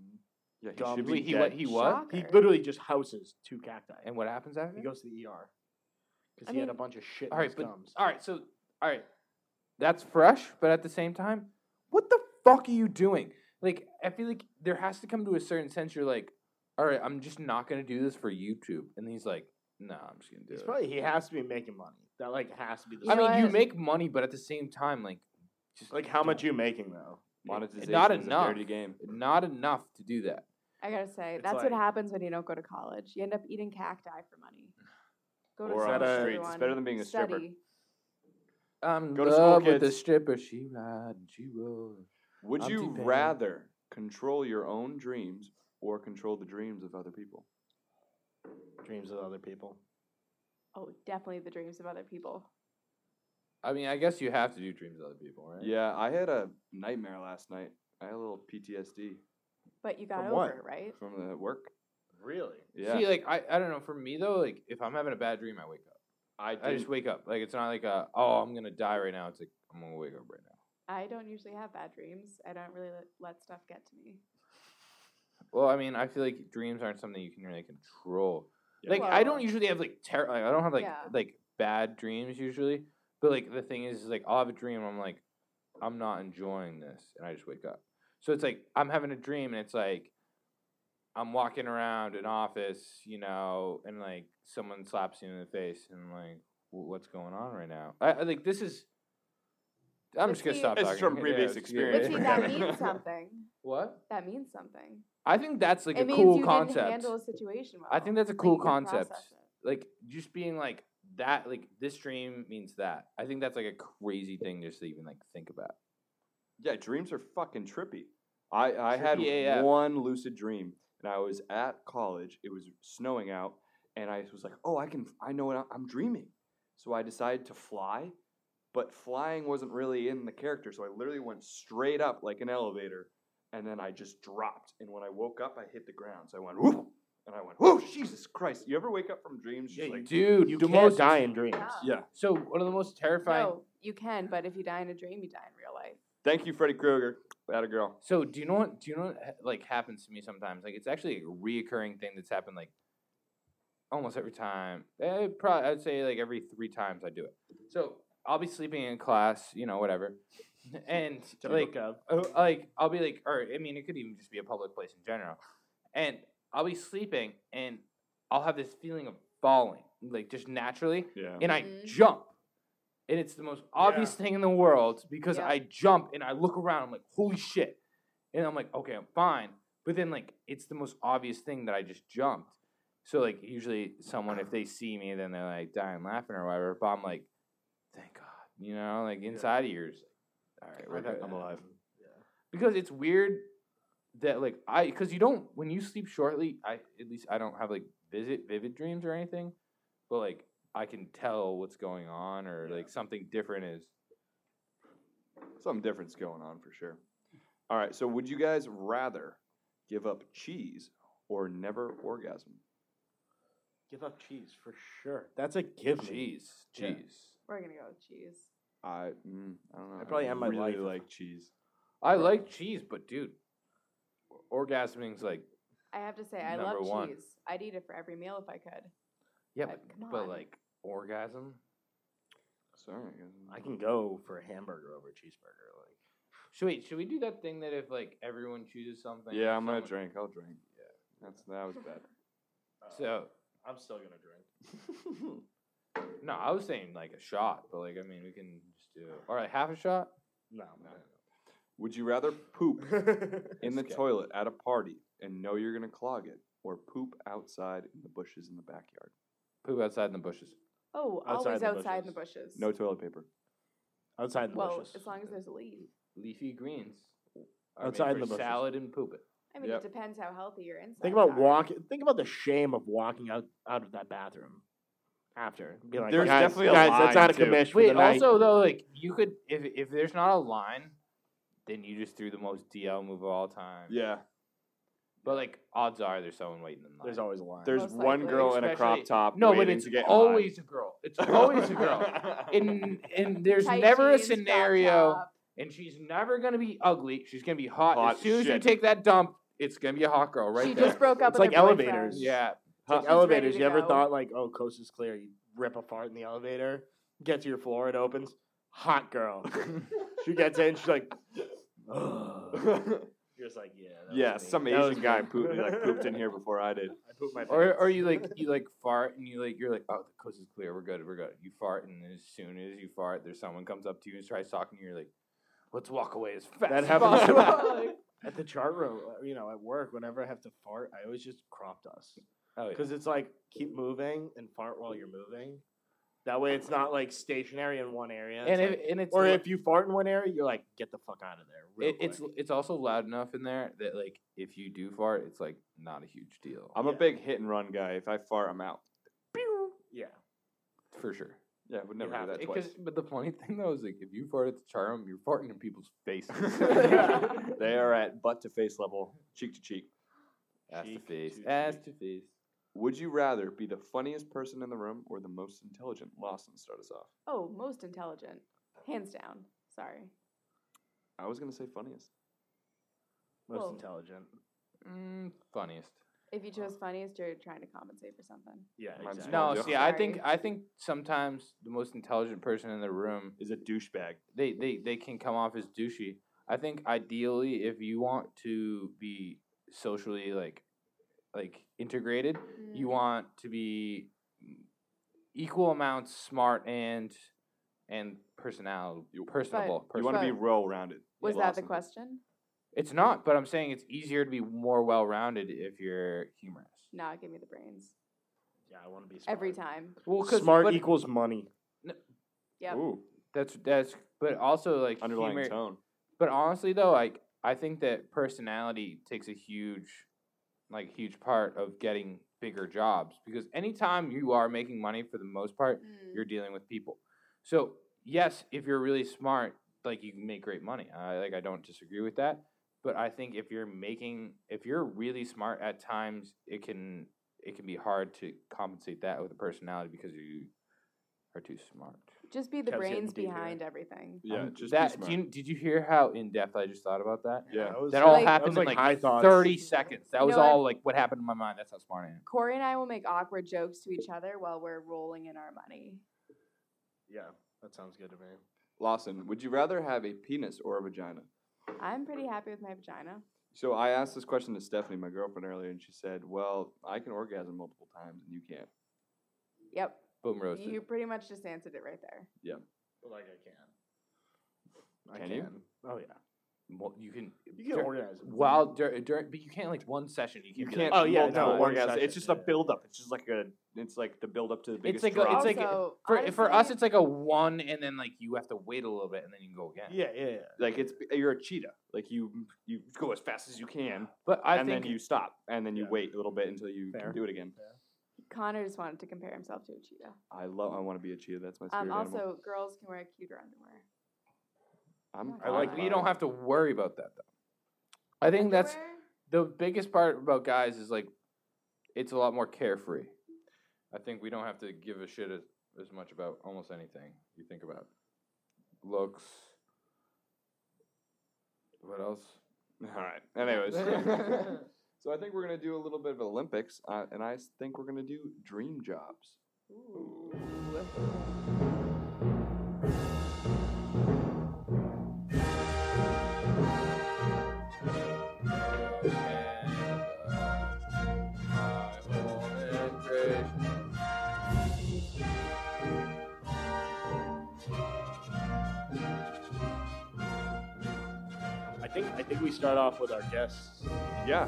Speaker 1: Yeah, he
Speaker 6: Dumb.
Speaker 1: should be
Speaker 2: Wait, he
Speaker 1: dead.
Speaker 2: what? He what?
Speaker 6: He
Speaker 5: Shocker.
Speaker 6: literally just houses two cacti,
Speaker 2: And what happens after?
Speaker 6: he goes to the ER because
Speaker 5: I
Speaker 6: he had a
Speaker 5: mean-
Speaker 6: bunch of shit in
Speaker 2: All right,
Speaker 6: his
Speaker 2: but-
Speaker 6: gums.
Speaker 2: All right, so all right, that's fresh, but at the same time, what the fuck are you doing? Like, I feel like there has to come to a certain sense. You're like, all right, I'm just not gonna do this for YouTube, and he's like, no, I'm just gonna do
Speaker 6: He's
Speaker 2: it.
Speaker 6: probably he has to be making money. That like has to be the.
Speaker 2: I
Speaker 5: You know
Speaker 2: mean, you
Speaker 5: what?
Speaker 2: make money, but at the same time, like, just
Speaker 6: like how
Speaker 2: don't-
Speaker 6: much you making though?
Speaker 1: Monetization
Speaker 2: Not
Speaker 1: is
Speaker 2: enough.
Speaker 1: a dirty game.
Speaker 2: Not enough to do that.
Speaker 5: I gotta say,
Speaker 6: It's
Speaker 5: that's
Speaker 6: like-
Speaker 5: what happens when you don't go to college. You end up eating cacti for money. Go to
Speaker 1: Or
Speaker 5: college,
Speaker 6: on the streets.
Speaker 1: It's
Speaker 5: everyone.
Speaker 1: better than being a stripper.
Speaker 5: Study.
Speaker 2: I'm
Speaker 1: Go
Speaker 2: go
Speaker 1: to
Speaker 2: to
Speaker 1: school,
Speaker 2: with the
Speaker 1: kids.
Speaker 2: stripper. She ride and she roll.
Speaker 1: Would
Speaker 2: I'm
Speaker 1: you
Speaker 2: deep in.
Speaker 1: rather control your own dreams or control the dreams of other people?
Speaker 6: Dreams of other people.
Speaker 5: Oh, definitely the dreams of other people.
Speaker 2: I mean, I guess you have to do dreams of other people, right?
Speaker 1: Yeah, I had a nightmare last night. I had a little PTSD
Speaker 5: But you got
Speaker 6: From
Speaker 5: over
Speaker 6: what?
Speaker 5: it, right?
Speaker 1: from the work.
Speaker 6: Really?
Speaker 1: Yeah,
Speaker 2: See, like I, I don't know. For me though, like if I'm having a bad dream, I wake up.
Speaker 1: I,
Speaker 2: I just
Speaker 1: didn't-
Speaker 2: wake up. Like it's not like a, oh, I'm gonna die right now. It's like I'm gonna wake up right now.
Speaker 5: I don't usually have bad dreams. I don't really let, let stuff get to me.
Speaker 2: Well, I mean, I feel like dreams aren't something you can really control. Like I
Speaker 5: Well-
Speaker 2: don't usually have like terror. Like, I don't have like
Speaker 5: Yeah.
Speaker 2: like bad dreams usually. But like the thing is, is like I'll have a dream. I'm like, I'm not enjoying this, and I just wake up. So it's like I'm having a dream, and it's like I'm walking around an office, you know, and like someone slaps you in the face, and I'm like, "Wh- what's going on right now? I, I like this is. I'm
Speaker 5: But
Speaker 2: just gonna
Speaker 5: see-
Speaker 2: stop
Speaker 1: This is
Speaker 2: talking.
Speaker 1: from
Speaker 2: Yeah,
Speaker 1: previous
Speaker 2: it's- yeah,
Speaker 1: experience
Speaker 5: But
Speaker 2: yeah.
Speaker 1: for
Speaker 5: see, that
Speaker 1: Kevin.
Speaker 5: means something.
Speaker 2: What?
Speaker 5: That means something.
Speaker 2: I think that's like
Speaker 5: it
Speaker 2: a
Speaker 5: means
Speaker 2: cool
Speaker 5: you
Speaker 2: concept.
Speaker 5: didn't handle a situation well.
Speaker 2: I think that's a
Speaker 5: Like,
Speaker 2: cool
Speaker 5: you didn't
Speaker 2: concept.
Speaker 5: process it.
Speaker 2: like just being like that like this dream means that i think that's like a crazy thing just to even like think about
Speaker 1: Yeah, dreams are fucking trippy. I, I had
Speaker 2: Trippy AF.
Speaker 1: one lucid dream, and I was at college. It was snowing out, and I was like, "Oh, I can, I know what I- I'm dreaming." So I decided to fly, but flying wasn't really in the character. So I literally went straight up like an elevator, and then I just dropped. And when I woke up, I hit the ground. So I went whoop, and I went whoa, Jesus Christ! You ever wake up from dreams? just
Speaker 6: Yeah, you
Speaker 1: like,
Speaker 2: dude
Speaker 6: You
Speaker 2: the
Speaker 6: can't
Speaker 2: most
Speaker 6: die in dreams.
Speaker 5: Yeah.
Speaker 1: yeah.
Speaker 2: so one of the most terrifying
Speaker 5: No, you can, but if you die in a dream, you die in real life.
Speaker 1: Thank you, Freddy Krueger. That a girl.
Speaker 2: so do you know what do you know what ha- like happens to me sometimes like it's actually a reoccurring thing that's happened like almost every time eh, probably i'd say like every three times i do it so i'll be sleeping in class you know whatever and like Oh, like I'll be like, or I mean, it could even just be a public place in general, and I'll be sleeping and I'll have this feeling of falling, like just naturally,
Speaker 1: Yeah.
Speaker 2: and I
Speaker 5: Mhm.
Speaker 2: jump, and it's the most obvious thing in the world because
Speaker 5: Yeah.
Speaker 2: I jump and I look around, I'm like, holy shit, and I'm like, okay, I'm fine, but then like it's the most obvious thing that I just jumped, so like usually someone if they see me, then they're like dying laughing or whatever, but I'm like, thank God, you know, like inside of yours. All right, we're good."
Speaker 1: alive.
Speaker 2: because it's weird that like I because you don't when you sleep shortly. I at least I don't have like visit vivid dreams or anything, but like I can tell what's going on or like something different is.
Speaker 1: Something different's going on for sure. All right, so would you guys rather give up cheese or never orgasm?
Speaker 6: Give up cheese for sure. That's a give. me.
Speaker 2: Jeez,
Speaker 6: Yeah.
Speaker 2: jeez.
Speaker 5: We're gonna go with cheese.
Speaker 1: I mm, I don't know.
Speaker 6: I probably am my
Speaker 1: really
Speaker 6: life.
Speaker 1: like cheese.
Speaker 2: I like cheese, but dude, orgasming's like
Speaker 5: I have to say, I
Speaker 2: Number
Speaker 5: love
Speaker 2: one.
Speaker 5: cheese. I'd eat it for every meal if I could.
Speaker 2: yeah,
Speaker 5: Like,
Speaker 2: but,
Speaker 5: come
Speaker 2: but
Speaker 5: on.
Speaker 2: like orgasm.
Speaker 1: Sorry,
Speaker 6: I can go for a hamburger over a cheeseburger. Like
Speaker 2: Should wait, should we do that thing that if like everyone chooses something?
Speaker 1: yeah, I'm gonna
Speaker 2: someone-
Speaker 1: drink. I'll drink. Yeah, that's that was bad.
Speaker 2: So
Speaker 6: I'm still gonna drink.
Speaker 2: no, I was saying like a shot, but like I mean we can just do or like half a shot.
Speaker 6: No, no.
Speaker 1: Would you rather poop in the
Speaker 6: Skip.
Speaker 1: toilet at a party and know you're gonna clog it, or poop outside in the bushes in the backyard?
Speaker 2: Poop outside in the bushes.
Speaker 5: Oh,
Speaker 6: Outside
Speaker 5: always
Speaker 6: the
Speaker 5: outside in the bushes.
Speaker 1: No toilet paper.
Speaker 6: outside the
Speaker 5: well,
Speaker 6: bushes.
Speaker 5: as long as there's a leaf.
Speaker 2: leafy greens. are made
Speaker 6: Outside in
Speaker 2: for
Speaker 6: the bushes.
Speaker 2: Salad and poop it.
Speaker 5: I mean,
Speaker 1: Yep.
Speaker 5: it depends how healthy your inside.
Speaker 6: think about
Speaker 5: are.
Speaker 6: walking. Think about the shame of walking out out of that bathroom after. Be like,
Speaker 1: There's
Speaker 6: guys,
Speaker 1: definitely a
Speaker 6: guys,
Speaker 1: line,
Speaker 6: that's out of
Speaker 1: too."
Speaker 6: commission. for
Speaker 2: Wait,
Speaker 6: the night."
Speaker 2: also though, like you could if if there's not a line, then you just threw the most DL move of all time.
Speaker 1: Yeah,
Speaker 2: But like odds are there's someone waiting in line.
Speaker 6: there's always a line.
Speaker 1: there's
Speaker 5: Most
Speaker 1: one
Speaker 5: likely.
Speaker 1: girl in a crop
Speaker 2: Especially-
Speaker 1: top.
Speaker 2: no, but
Speaker 1: waiting
Speaker 2: it's
Speaker 1: to get in line.
Speaker 2: always a girl. It's always a girl. And and there's
Speaker 5: Tight
Speaker 2: never a
Speaker 5: jeans, crop
Speaker 2: scenario
Speaker 5: top.
Speaker 2: and she's never gonna be ugly. She's gonna be hot.
Speaker 1: Hot
Speaker 2: as soon as you
Speaker 1: shit.
Speaker 2: take that dump, it's gonna be a hot girl right
Speaker 5: she
Speaker 2: there.
Speaker 5: just broke up
Speaker 6: It's
Speaker 5: with
Speaker 6: like
Speaker 5: her
Speaker 6: elevators.
Speaker 5: boyfriend.
Speaker 2: yeah.
Speaker 6: It's like
Speaker 5: She's ready
Speaker 6: elevators.
Speaker 5: to
Speaker 6: You ever
Speaker 5: go.
Speaker 6: thought like, oh, coast is clear? You rip apart in the elevator, get to your floor, it opens. Hot girl. she gets in. She's like, Ugh. you're just like, yeah. that
Speaker 1: yeah,
Speaker 6: was me.
Speaker 1: some
Speaker 6: That was
Speaker 1: Asian guy
Speaker 6: me."
Speaker 1: pooped, like, pooped in here before I did.
Speaker 6: I pooped my
Speaker 2: Or,
Speaker 6: pants.
Speaker 2: or you like you like fart and you like you're like oh the coast is clear we're good we're good you fart and as soon as you fart there's someone comes up to you and tries talking to you you're like let's walk away as fast
Speaker 6: That
Speaker 2: as
Speaker 6: happens to
Speaker 2: possible."
Speaker 6: me.
Speaker 2: Like,
Speaker 6: at the chart room. uh, You know, at work, whenever I have to fart, I always just crop dust.
Speaker 2: oh, yeah.
Speaker 6: because it's like keep moving and fart while you're moving. That way, it's not like stationary in one area. it's
Speaker 2: and if
Speaker 6: like-
Speaker 2: and it's
Speaker 6: or
Speaker 2: lo-
Speaker 6: if you fart in one area, you're like, get the fuck out of there. real
Speaker 2: it, it's
Speaker 6: quick."
Speaker 2: it's also loud enough in there that like if you do fart it's like not a huge deal
Speaker 1: I'm a
Speaker 6: Yeah.
Speaker 1: big hit and run guy. If I fart, I'm out.
Speaker 6: yeah.
Speaker 2: for sure
Speaker 1: Yeah, I would never do
Speaker 6: have
Speaker 1: that
Speaker 2: It-
Speaker 1: twice.
Speaker 2: 'cause- but the funny thing though is like if you fart at the charm you're farting in people's faces
Speaker 1: they are at butt to face level, cheek to cheek.
Speaker 2: ass to
Speaker 6: Cheek
Speaker 2: face
Speaker 6: to
Speaker 2: ass
Speaker 6: cheek.
Speaker 2: to face
Speaker 1: Would you rather be the funniest person in the room or the most intelligent? Lawson, start us off.
Speaker 5: Oh, most intelligent, hands down. Sorry.
Speaker 1: I was gonna say funniest.
Speaker 6: Most
Speaker 5: Well,
Speaker 6: intelligent.
Speaker 2: mm, funniest
Speaker 5: If you chose funniest, you're trying to compensate for something.
Speaker 6: Yeah,
Speaker 1: Mine's
Speaker 6: exactly.
Speaker 1: small
Speaker 2: No,
Speaker 1: joke.
Speaker 2: see, I think I think sometimes the most intelligent person in the room
Speaker 1: Is a douchebag.
Speaker 2: they, they they can come off as douchey. I think ideally, if you want to be socially like like integrated,
Speaker 5: Mm-hmm.
Speaker 2: you want to be equal amounts smart and and personal
Speaker 1: You-
Speaker 2: personable.
Speaker 1: You want to be
Speaker 5: But-
Speaker 1: well rounded.
Speaker 5: Was that the question?
Speaker 2: It's not, but I'm saying it's easier to be more well rounded if you're humorous.
Speaker 5: No, give me the brains
Speaker 6: Yeah, I want to be smart.
Speaker 5: every time.
Speaker 2: Well,
Speaker 6: smart equals money.
Speaker 5: Yep.
Speaker 1: Ooh,
Speaker 2: that's that's but also like
Speaker 1: underlying
Speaker 2: humor.
Speaker 1: tone.
Speaker 2: But honestly though, like I think that personality takes a huge like huge part of getting bigger jobs because anytime you are making money for the most part, you're dealing with people. So yes, if you're really smart, like you can make great money. I like I don't disagree with that. But I think if you're making if you're really smart at times, it can it can be hard to compensate that with a personality because you are too smart.
Speaker 5: Just be the
Speaker 6: Kevin's hitting
Speaker 5: brains
Speaker 6: D here.
Speaker 5: behind everything.
Speaker 1: Yeah,
Speaker 2: Um,
Speaker 1: just be
Speaker 2: that.
Speaker 1: smart.
Speaker 2: Do you, did you hear how in depth I just thought about that?
Speaker 1: Yeah.
Speaker 6: that, was,
Speaker 2: That all
Speaker 5: Like-
Speaker 2: happened
Speaker 6: that was
Speaker 2: in
Speaker 6: like
Speaker 2: like
Speaker 6: high thoughts.
Speaker 2: thirty seconds. That
Speaker 5: You
Speaker 2: was
Speaker 5: know what?
Speaker 2: all like what happened in my mind. That's how smart I am.
Speaker 5: Corey and I will make awkward jokes to each other while we're rolling in our money.
Speaker 6: Yeah, that sounds good to me.
Speaker 1: Lawson, would you rather have a penis or a vagina?
Speaker 5: I'm pretty happy with my vagina.
Speaker 1: So I asked this question to Stephanie, my girlfriend, earlier, and she said, "Well, I can orgasm multiple times, and you can't."
Speaker 5: Yep.
Speaker 2: Boom roasted.
Speaker 5: You pretty much just answered it right there.
Speaker 6: Like I can.
Speaker 1: Can
Speaker 6: I
Speaker 1: you?
Speaker 6: can. Oh yeah.
Speaker 2: Well, you can.
Speaker 6: You can
Speaker 2: dur-
Speaker 6: organize it.
Speaker 2: while dur- dur- but you can't like one session. You,
Speaker 1: You
Speaker 2: can
Speaker 1: can't.
Speaker 6: Oh, yeah,
Speaker 1: multiple
Speaker 6: no, one
Speaker 1: orgasms.
Speaker 6: session,
Speaker 1: It's just a
Speaker 6: yeah.
Speaker 1: buildup. It's just like a. It's like the buildup to the biggest.
Speaker 2: like a-
Speaker 1: drop.
Speaker 2: it's like-
Speaker 5: also,
Speaker 2: For for us,
Speaker 5: honestly,
Speaker 2: it's like a one, and then like you have to wait a little bit, and then you can go again.
Speaker 6: Yeah, yeah, yeah.
Speaker 1: like it's you're a cheetah. Like you you go as fast as you can,
Speaker 2: But I
Speaker 1: and
Speaker 2: think
Speaker 1: then you stop, and then you
Speaker 6: Yeah.
Speaker 1: wait a little bit until you
Speaker 6: Fair.
Speaker 1: can do it again.
Speaker 5: Connor just wanted to compare himself to a cheetah.
Speaker 1: I love. I want to be a cheetah. That's my spirit
Speaker 5: Um,
Speaker 1: animal.
Speaker 5: also, girls can wear cuter underwear.
Speaker 1: I'm
Speaker 5: I like
Speaker 1: fine.
Speaker 2: you don't have to worry about that though. I think that's
Speaker 5: Underwear?
Speaker 2: the biggest part about guys is like it's a lot more carefree. I think we don't have to give a shit as, as much about almost anything you think about. Looks. What else?
Speaker 1: All right. Anyways, so I think we're gonna do a little bit of Olympics, uh, and I s- think we're gonna do dream jobs.
Speaker 6: I think I think we start off with our guests.
Speaker 1: Yeah.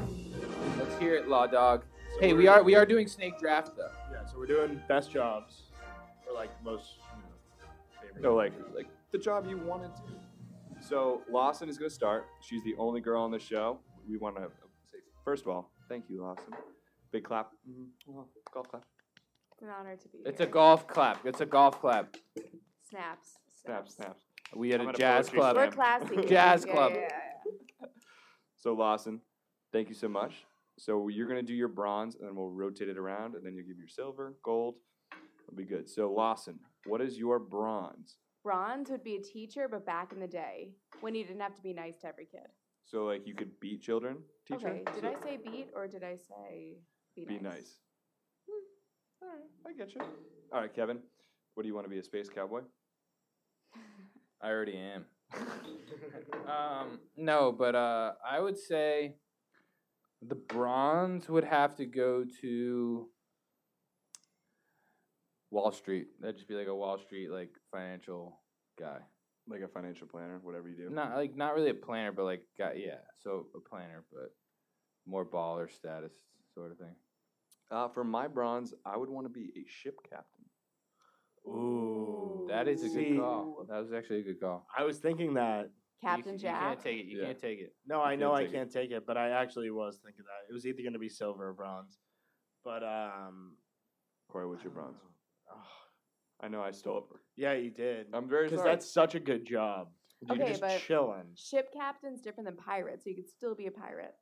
Speaker 2: Let's hear it, Law Dog.
Speaker 6: So
Speaker 2: Hey,
Speaker 6: we're-
Speaker 2: we are we are doing snake draft though.
Speaker 6: Yeah, so we're doing best jobs or like most you know, favorite.
Speaker 1: No, like like the job you wanted to. So Lawson is gonna start. She's the only girl on the show. We want to say first of all, thank you, Lawson. Big clap.
Speaker 2: Mm-hmm.
Speaker 1: Mhm. Well, golf clap.
Speaker 5: It's an honor to be
Speaker 2: It's a
Speaker 5: here.
Speaker 2: golf clap. It's a golf clap.
Speaker 5: Snaps.
Speaker 1: Snap, snaps.
Speaker 2: We had
Speaker 1: I'm
Speaker 2: a
Speaker 1: at a
Speaker 2: jazz
Speaker 1: poetry
Speaker 2: club.
Speaker 5: We're
Speaker 1: slam.
Speaker 5: classy.
Speaker 2: Jazz
Speaker 5: Yeah,
Speaker 2: club.
Speaker 5: yeah, yeah, yeah.
Speaker 1: So Lawson, thank you so much. So you're gonna do your bronze, and then we'll rotate it around, and then you will give your silver, gold. It'll be good. So Lawson, what is your bronze?
Speaker 5: Bronze would be a teacher, but back in the day when you didn't have to be nice to every kid.
Speaker 1: So like you could beat children, teacher.
Speaker 5: Okay, did
Speaker 1: So
Speaker 5: I say beat or did I say be nice?
Speaker 1: be nice? Hmm, All right, I get you. All right, Kevin, what do you want to be a space cowboy?
Speaker 2: I already am. um, no, but uh, I would say the bronze would have to go to Wall Street. That'd just be like a Wall Street like financial guy.
Speaker 1: Like a financial planner, whatever you do.
Speaker 2: Not like not really a planner, but like guy. Yeah, so a planner, but more baller status sort of thing.
Speaker 1: Uh, for my bronze, I would want to be a ship captain.
Speaker 6: Ooh,
Speaker 2: That is a
Speaker 6: See,
Speaker 2: good call. That was actually a good call.
Speaker 6: I was thinking that.
Speaker 2: You
Speaker 5: Captain
Speaker 2: c- You
Speaker 5: Jack.
Speaker 2: can't take it. You
Speaker 1: Yeah.
Speaker 2: can't take it.
Speaker 6: No, I
Speaker 1: can't
Speaker 6: know I
Speaker 1: take it.
Speaker 6: can't take it, but I actually was thinking that it was either going to be silver or bronze. But um,
Speaker 1: Corey, what's
Speaker 6: I
Speaker 1: your
Speaker 6: don't
Speaker 1: bronze?
Speaker 6: know. Ugh.
Speaker 1: I know I stole it.
Speaker 6: yeah, you did.
Speaker 1: I'm very
Speaker 6: Because
Speaker 1: sorry.
Speaker 6: that's such a good job. You're
Speaker 5: Okay,
Speaker 6: just
Speaker 5: but-
Speaker 6: chilling.
Speaker 5: Ship captain's different than pirate, so you could still be a pirate.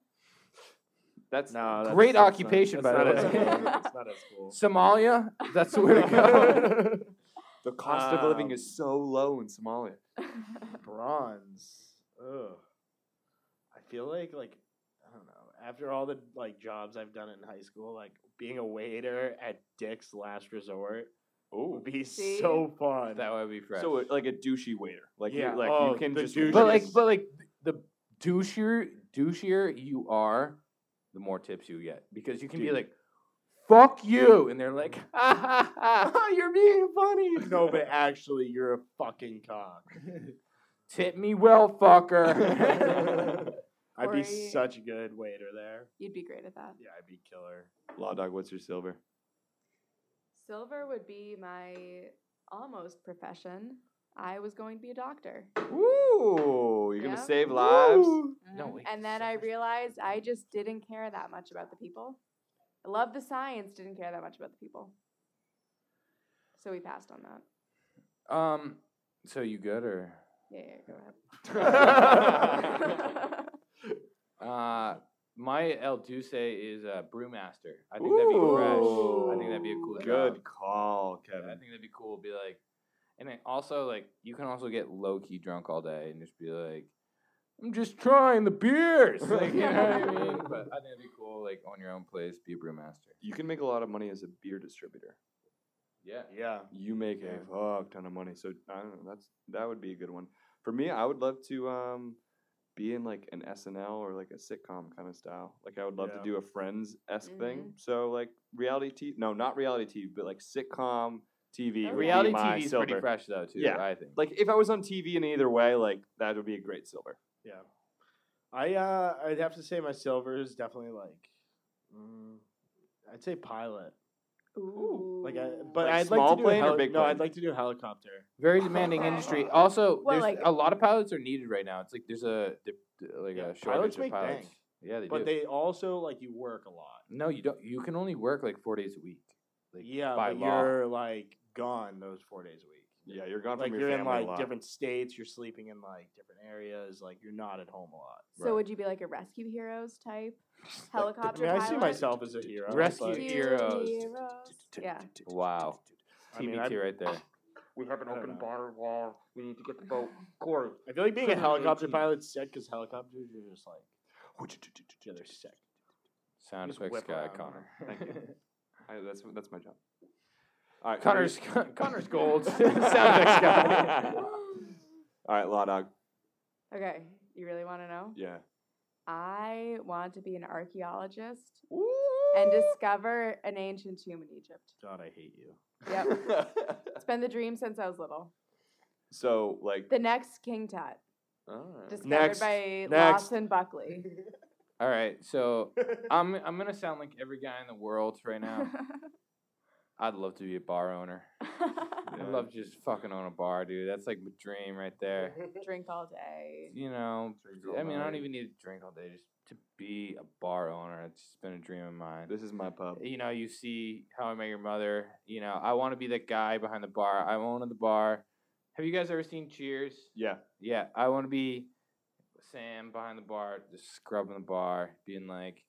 Speaker 1: that's
Speaker 6: No, that's,
Speaker 2: Great
Speaker 6: that's not-
Speaker 2: occupation,
Speaker 6: that's
Speaker 2: by the
Speaker 6: not as
Speaker 5: way.
Speaker 6: cool. That's not as cool.
Speaker 2: Somalia. That's the way to go.
Speaker 1: the cost of living
Speaker 6: Um,
Speaker 1: is so low in Somalia.
Speaker 6: bronze. Ugh. I feel like like I don't know. after all the like jobs I've done in high school, like being a waiter at Dick's Last Resort
Speaker 1: Oh,
Speaker 6: would be
Speaker 5: See?
Speaker 6: so fun.
Speaker 2: That would be fresh.
Speaker 1: so uh, like a douchey waiter, like you-
Speaker 6: Yeah,
Speaker 1: like
Speaker 6: oh,
Speaker 1: you can
Speaker 6: the
Speaker 1: just
Speaker 6: douche-
Speaker 2: but
Speaker 1: really
Speaker 2: like,
Speaker 6: Yes.
Speaker 2: but like the douchier, douchier you are, the more tips you get because you can be
Speaker 6: Dude.
Speaker 2: like, "Fuck you," and they're like, "Ah, "Ha ha ha,
Speaker 6: you're being funny. No, but actually, you're a fucking cock.
Speaker 2: tip me well, fucker."
Speaker 6: I'd
Speaker 5: Or
Speaker 6: be
Speaker 5: a-
Speaker 6: such a good waiter there.
Speaker 5: You'd be great at that.
Speaker 6: Yeah, I'd be killer.
Speaker 1: law dog. What's your silver?
Speaker 5: Silver would be my almost profession. I was going to be a doctor.
Speaker 1: Ooh, you're gonna
Speaker 5: Yeah.
Speaker 1: save lives.
Speaker 2: No,
Speaker 5: Mhm.
Speaker 2: wait,
Speaker 5: and then I
Speaker 2: Silver's-
Speaker 5: realized I just didn't care that much about the people. I love the science, didn't care that much about the people. So we passed on that.
Speaker 2: um, so you good or?
Speaker 5: Yeah, yeah, go ahead.
Speaker 2: Uh, my El Duce is a brewmaster. I think that'd be fresh. I think that'd be a cool
Speaker 1: Good
Speaker 2: job.
Speaker 1: call,
Speaker 2: I
Speaker 1: Kevin.
Speaker 2: think that'd be cool. Be like, and then also like you can also get low key drunk all day and just be like, I'm just trying the beers. Like, you know what I mean? But I think it'd be cool. Like on your own place, be a brewmaster.
Speaker 1: You can make a lot of money as a beer distributor.
Speaker 2: Yeah.
Speaker 6: Yeah.
Speaker 1: You make
Speaker 2: Yeah.
Speaker 1: a fuck ton of money. So I don't know. That's that would be a good one for me. I would love to um be in like an SNL or like a sitcom kind of style. Like I would love
Speaker 6: Yeah.
Speaker 1: to do a Friends esque thing.
Speaker 5: Mhm.
Speaker 1: So like reality TV. No, not reality TV, but like sitcom TV.
Speaker 5: Okay.
Speaker 1: would be
Speaker 2: Reality
Speaker 1: my
Speaker 2: TV is
Speaker 1: silver.
Speaker 2: pretty fresh though too.
Speaker 1: Yeah.
Speaker 2: I think.
Speaker 1: Like if I was on TV in either way, like that would be a great silver.
Speaker 6: Yeah. I uh, I'd have to say my silver is definitely like, mm, I'd say pilot.
Speaker 5: Ooh.
Speaker 6: Like, I, but
Speaker 1: Like
Speaker 6: I'd
Speaker 1: small
Speaker 6: like to do
Speaker 1: plane or
Speaker 6: heli-
Speaker 1: big
Speaker 6: no,
Speaker 1: plane?
Speaker 6: I'd like to do helicopter.
Speaker 2: Very demanding
Speaker 5: Okay.
Speaker 2: industry. Also,
Speaker 5: Well,
Speaker 2: there's
Speaker 5: like-
Speaker 2: a lot of pilots are needed right now. It's like there's a th- th- like
Speaker 6: Yeah,
Speaker 2: a
Speaker 6: pilots
Speaker 2: shortage of
Speaker 6: make
Speaker 2: pilots.
Speaker 6: bank,
Speaker 2: Yeah, they
Speaker 6: But
Speaker 2: do.
Speaker 6: they also like you work a lot.
Speaker 2: no, you don't. You can only work like four days a week. Like,
Speaker 6: yeah,
Speaker 2: by
Speaker 6: but
Speaker 2: law.
Speaker 6: you're like gone those four days a week.
Speaker 1: Yeah, you're gone
Speaker 6: Like
Speaker 1: from your
Speaker 6: you're in
Speaker 1: family a
Speaker 6: like
Speaker 1: lot.
Speaker 6: different states. You're sleeping in like different areas. Like you're not at home a lot.
Speaker 5: so would you be like a rescue heroes type?
Speaker 6: I
Speaker 5: Helicopter
Speaker 6: mean, I see
Speaker 5: pilot?
Speaker 6: myself as a hero.
Speaker 2: Rescue
Speaker 6: but-
Speaker 5: Rescue
Speaker 2: heroes.
Speaker 5: heroes. Yeah.
Speaker 2: Wow.
Speaker 6: I mean,
Speaker 2: TBT
Speaker 6: I'd-
Speaker 2: right there.
Speaker 7: We have an
Speaker 6: I don't
Speaker 7: open
Speaker 6: know.
Speaker 7: bar wall. We need to get the boat. Corey,
Speaker 6: I feel like being a
Speaker 7: Couldn't
Speaker 6: helicopter
Speaker 7: be.
Speaker 6: pilot's sick because helicopters are just like yeah, they're sick.
Speaker 2: Sound
Speaker 6: Just
Speaker 2: effects
Speaker 6: whip
Speaker 2: guy,
Speaker 6: around.
Speaker 2: Connor.
Speaker 1: Thank you. I, that's that's my job. All right, Connor.
Speaker 2: Connor's Connor's gold. Sound effects guy.
Speaker 1: All right, Law Dog.
Speaker 5: Okay, you really want to know?
Speaker 1: Yeah.
Speaker 5: I want to be an archaeologist and discover an ancient tomb in Egypt.
Speaker 6: God, I hate you.
Speaker 5: Yep. it's been the dream since I was little.
Speaker 1: so like.
Speaker 5: The next King Tut, discovered
Speaker 6: Next,
Speaker 5: by
Speaker 6: next.
Speaker 5: Lawson Buckley.
Speaker 2: All right, so I'm I'm gonna sound like every guy in the world right now. I'd love to be a bar owner.
Speaker 1: Yeah.
Speaker 2: I'd love to just fucking own a bar, dude. That's like my dream right there.
Speaker 5: Drink all day.
Speaker 2: You know,
Speaker 1: all
Speaker 2: I mean, I don't
Speaker 1: night.
Speaker 2: even need to drink all day just to be a bar owner. It's just been a dream of mine.
Speaker 1: This is my pub.
Speaker 2: you know, you see How I Met Your Mother. You know, I want to be that guy behind the bar. I own the bar. Have you guys ever seen Cheers?
Speaker 1: Yeah.
Speaker 2: Yeah, I want to be Sam behind the bar, just scrubbing the bar, being like,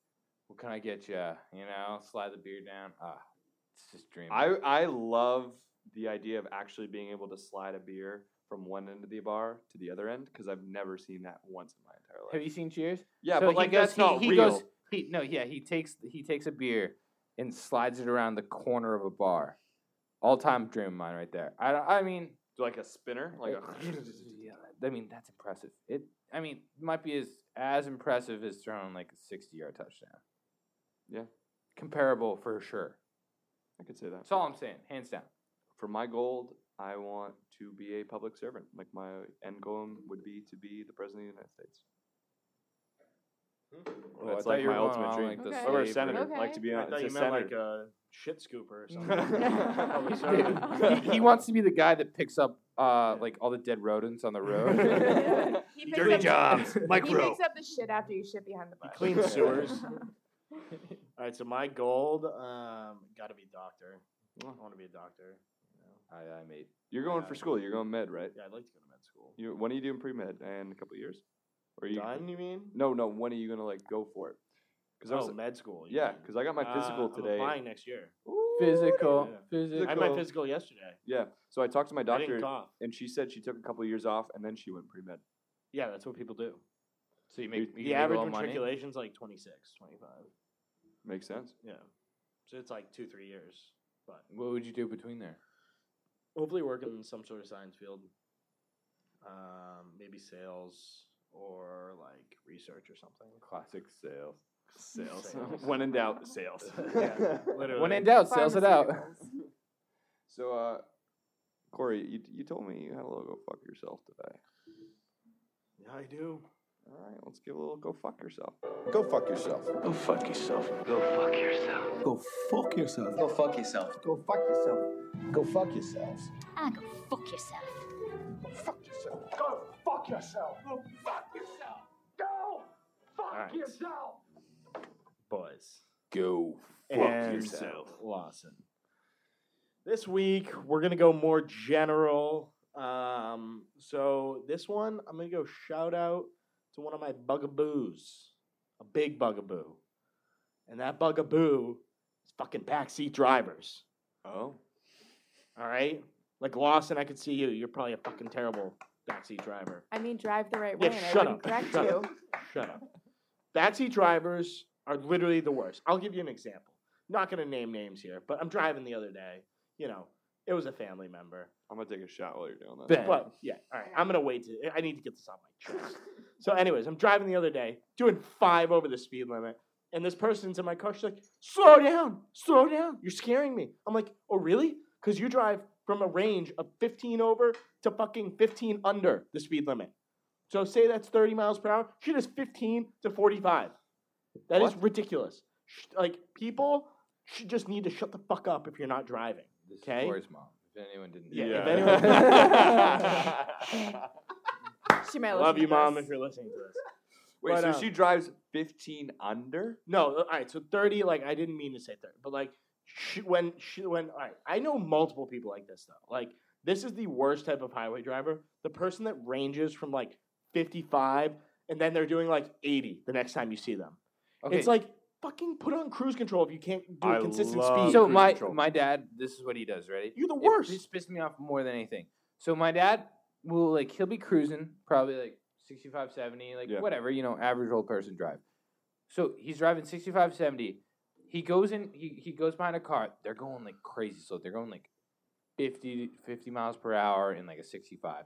Speaker 2: "What can I get you?" You know, slide the beer down. Ah, it's just dreaming.
Speaker 1: I I love the idea of actually being able to slide a beer from one end of the bar to the other end because I've never seen that once in my entire life.
Speaker 2: Have you seen Cheers?
Speaker 1: yeah,
Speaker 2: So
Speaker 1: but
Speaker 2: he
Speaker 1: like
Speaker 2: goes-
Speaker 1: that's not
Speaker 2: he, he
Speaker 1: real.
Speaker 2: Goes, he no, yeah, he takes he takes a beer and slides it around the corner of a bar. All time dream of mine, right there. I don't- I mean,
Speaker 1: like a spinner, like a.
Speaker 2: yeah, I mean that's impressive. It I mean it might be as as impressive as throwing like a sixty yard touchdown.
Speaker 1: Yeah.
Speaker 2: comparable for sure.
Speaker 1: I could say that.
Speaker 2: That's all I'm saying, hands down.
Speaker 1: for my gold, I want to be a public servant. Like my end goal would be to be the president of the United States.
Speaker 2: Oh, I
Speaker 1: That's
Speaker 2: thought
Speaker 1: like
Speaker 2: you were
Speaker 1: my
Speaker 2: going
Speaker 1: ultimate
Speaker 2: on,
Speaker 1: dream.
Speaker 2: like, the
Speaker 5: Okay.
Speaker 1: Or a
Speaker 2: slave
Speaker 1: senator.
Speaker 5: route.
Speaker 1: Like to be
Speaker 6: Hmm. I
Speaker 1: on,
Speaker 6: thought you
Speaker 1: it's a
Speaker 6: meant like
Speaker 1: senator.
Speaker 6: a shit scooper or
Speaker 1: Public
Speaker 6: something.
Speaker 1: servant.
Speaker 2: he, he wants to be the guy that picks up uh, like all the dead rodents on the road.
Speaker 5: He picks
Speaker 6: Dirty
Speaker 5: up-
Speaker 6: jobs,
Speaker 5: He picks up the shit after you shit behind the bus.
Speaker 6: Clean sewers. All right, so my gold, um, got to be doctor. I want to be a doctor. You know?
Speaker 2: I, I made
Speaker 1: You're going
Speaker 6: Yeah.
Speaker 1: for school. You're going med, right?
Speaker 6: Yeah, I'd like to go to med school.
Speaker 1: You when are you doing pre med? In a couple of years? Or are you
Speaker 6: Done? You mean?
Speaker 1: No, no. When are you gonna like go for it? Because I
Speaker 6: oh,
Speaker 1: was
Speaker 6: med school. you
Speaker 1: yeah,
Speaker 6: mean.
Speaker 1: because I got my physical
Speaker 6: Uh, I'm
Speaker 1: today.
Speaker 6: applying next year.
Speaker 1: Ooh,
Speaker 2: physical,
Speaker 6: Yeah.
Speaker 2: physical.
Speaker 6: I had my physical yesterday.
Speaker 1: Yeah. So I talked to my
Speaker 6: I
Speaker 1: doctor,
Speaker 6: didn't cough.
Speaker 1: and she said she took a couple of years off, and then she went pre med.
Speaker 6: Yeah, that's what people do.
Speaker 2: So you make you
Speaker 6: the
Speaker 2: make
Speaker 6: average
Speaker 2: little money.
Speaker 6: matriculation's like 26, 25.
Speaker 1: Makes sense.
Speaker 6: Yeah. So it's like two, three years. But
Speaker 2: What would you do between there?
Speaker 6: hopefully work in some sort of science field. Um, maybe sales or like research or something.
Speaker 2: Classic sales.
Speaker 1: Sales.
Speaker 6: Sales.
Speaker 1: when in doubt, sales.
Speaker 6: Yeah, literally.
Speaker 2: When in doubt, sales it out.
Speaker 5: Pharmaceuticals.
Speaker 1: So, uh, Corey, you, you told me you had a little go fuck yourself today.
Speaker 6: Yeah, I do.
Speaker 1: All right, let's give a little go fuck yourself.
Speaker 8: Go fuck yourself.
Speaker 4: Go fuck yourself.
Speaker 3: Go fuck yourself. Go fuck yourself. Go fuck yourself. Go fuck yourselves.
Speaker 9: Ah, go fuck yourself.
Speaker 4: Go fuck yourself. Go fuck yourself. Go fuck
Speaker 6: Alright.
Speaker 4: yourself.
Speaker 6: Boys.
Speaker 2: Go.
Speaker 6: and
Speaker 1: yourself.
Speaker 6: Lawson. This week we're gonna go more general. Um, so this one I'm gonna go shout out to one of my bugaboos, a big bugaboo, and that bugaboo is fucking backseat drivers.
Speaker 1: Oh,
Speaker 6: All right, like Lawson, I could see you. You're probably a fucking terrible backseat driver.
Speaker 5: I mean, drive the right
Speaker 6: Yeah,
Speaker 5: way. and
Speaker 6: shut
Speaker 5: I wouldn't
Speaker 6: up.
Speaker 5: correct
Speaker 6: Shut
Speaker 5: you.
Speaker 6: up. Shut up. Backseat drivers are literally the worst. I'll give you an example. not going to name names here, but I'm driving the other day. You know, it was a family member.
Speaker 1: I'm gonna take a shot while you're doing that.
Speaker 2: Ben.
Speaker 6: But yeah, all right. I'm going to wait. to- I need to get this off my chest. So, anyways, I'm driving the other day, doing five over the speed limit. And this person's in my car. She's like, slow down, slow down. You're scaring me. I'm like, oh, really? Because you drive from a range of 15 over to fucking 15 under the speed limit. So say that's 30 miles per hour. She does 15 to 45. That is ridiculous. Sh- Like people should just need to shut the fuck up if you're not driving.
Speaker 2: This is
Speaker 6: Okay.
Speaker 2: Corey's mom. If anyone didn't.
Speaker 6: Yeah.
Speaker 2: know.
Speaker 6: If
Speaker 1: Yeah.
Speaker 6: anyone,
Speaker 5: She might
Speaker 6: love
Speaker 5: listen
Speaker 6: you,
Speaker 5: to
Speaker 6: mom,
Speaker 5: this.
Speaker 6: if you're listening to this.
Speaker 1: Wait,
Speaker 6: But,
Speaker 1: so
Speaker 6: um,
Speaker 1: she drives 15 under?
Speaker 6: No, all right. So 30. Like I didn't mean to say 30, but like she, when she when all right, I know multiple people like this though. Like this is the worst type of highway driver. The person that ranges from like 55 and then they're doing like 80 the next time you see them.
Speaker 2: Okay.
Speaker 6: It's like fucking put on cruise control if you can't do a
Speaker 1: I
Speaker 6: consistent
Speaker 1: love
Speaker 6: speed.
Speaker 2: so
Speaker 1: cruise
Speaker 2: my
Speaker 1: control.
Speaker 2: my dad. This is what he does. Ready?
Speaker 6: You're the
Speaker 2: It-
Speaker 6: worst.
Speaker 2: this pissed me off more than anything. So my dad will like he'll be cruising probably like 65, 70, like
Speaker 1: Yeah.
Speaker 2: whatever, you know, average old person drive. So he's driving 65, 70. He goes in he, he goes behind a car. They're going like crazy slow. They're going like 50 50 miles per hour in like a 65. I'm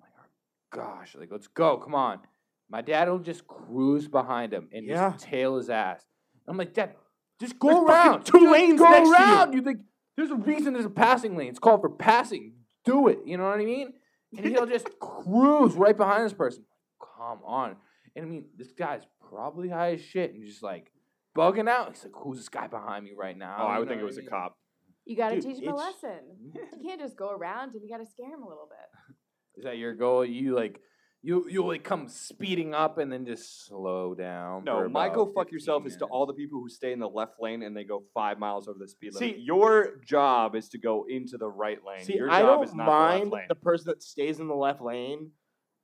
Speaker 2: like, oh, gosh, like let's go. Come on. My dad will just cruise behind him and
Speaker 6: Yeah.
Speaker 2: just tail his ass. I'm like, Dad, just go
Speaker 6: There's fucking
Speaker 2: around.
Speaker 6: two
Speaker 2: Just
Speaker 6: lanes
Speaker 2: go
Speaker 6: next to you."
Speaker 2: around. you think there's a reason there's a passing lane. It's called for passing. Do it. You know what I mean? And he'll just cruise right behind this person. Come on. And I mean, this guy's probably high as shit and just like bugging out. He's like, who's this guy behind me right now?
Speaker 1: Oh, I
Speaker 2: You
Speaker 1: would
Speaker 2: know
Speaker 1: think it
Speaker 2: what
Speaker 1: was
Speaker 2: I
Speaker 1: a
Speaker 2: mean?
Speaker 1: cop.
Speaker 5: You got to
Speaker 6: Dude,
Speaker 5: teach him a
Speaker 6: it's-
Speaker 5: lesson. You can't just go around him. You got to scare him a little bit.
Speaker 2: Is that your goal? You like, you you like come speeding up and then just slow down.
Speaker 1: No,
Speaker 2: for
Speaker 1: my go
Speaker 2: about
Speaker 1: fuck yourself
Speaker 2: 15
Speaker 1: is to all the people who stay in the left lane and they go five miles over the speed limit.
Speaker 6: See-
Speaker 1: your job is to go into the right lane.
Speaker 6: See,
Speaker 1: your
Speaker 6: I
Speaker 1: job
Speaker 6: don't
Speaker 1: is not
Speaker 6: mind
Speaker 1: the left lane.
Speaker 6: the person that stays in the left lane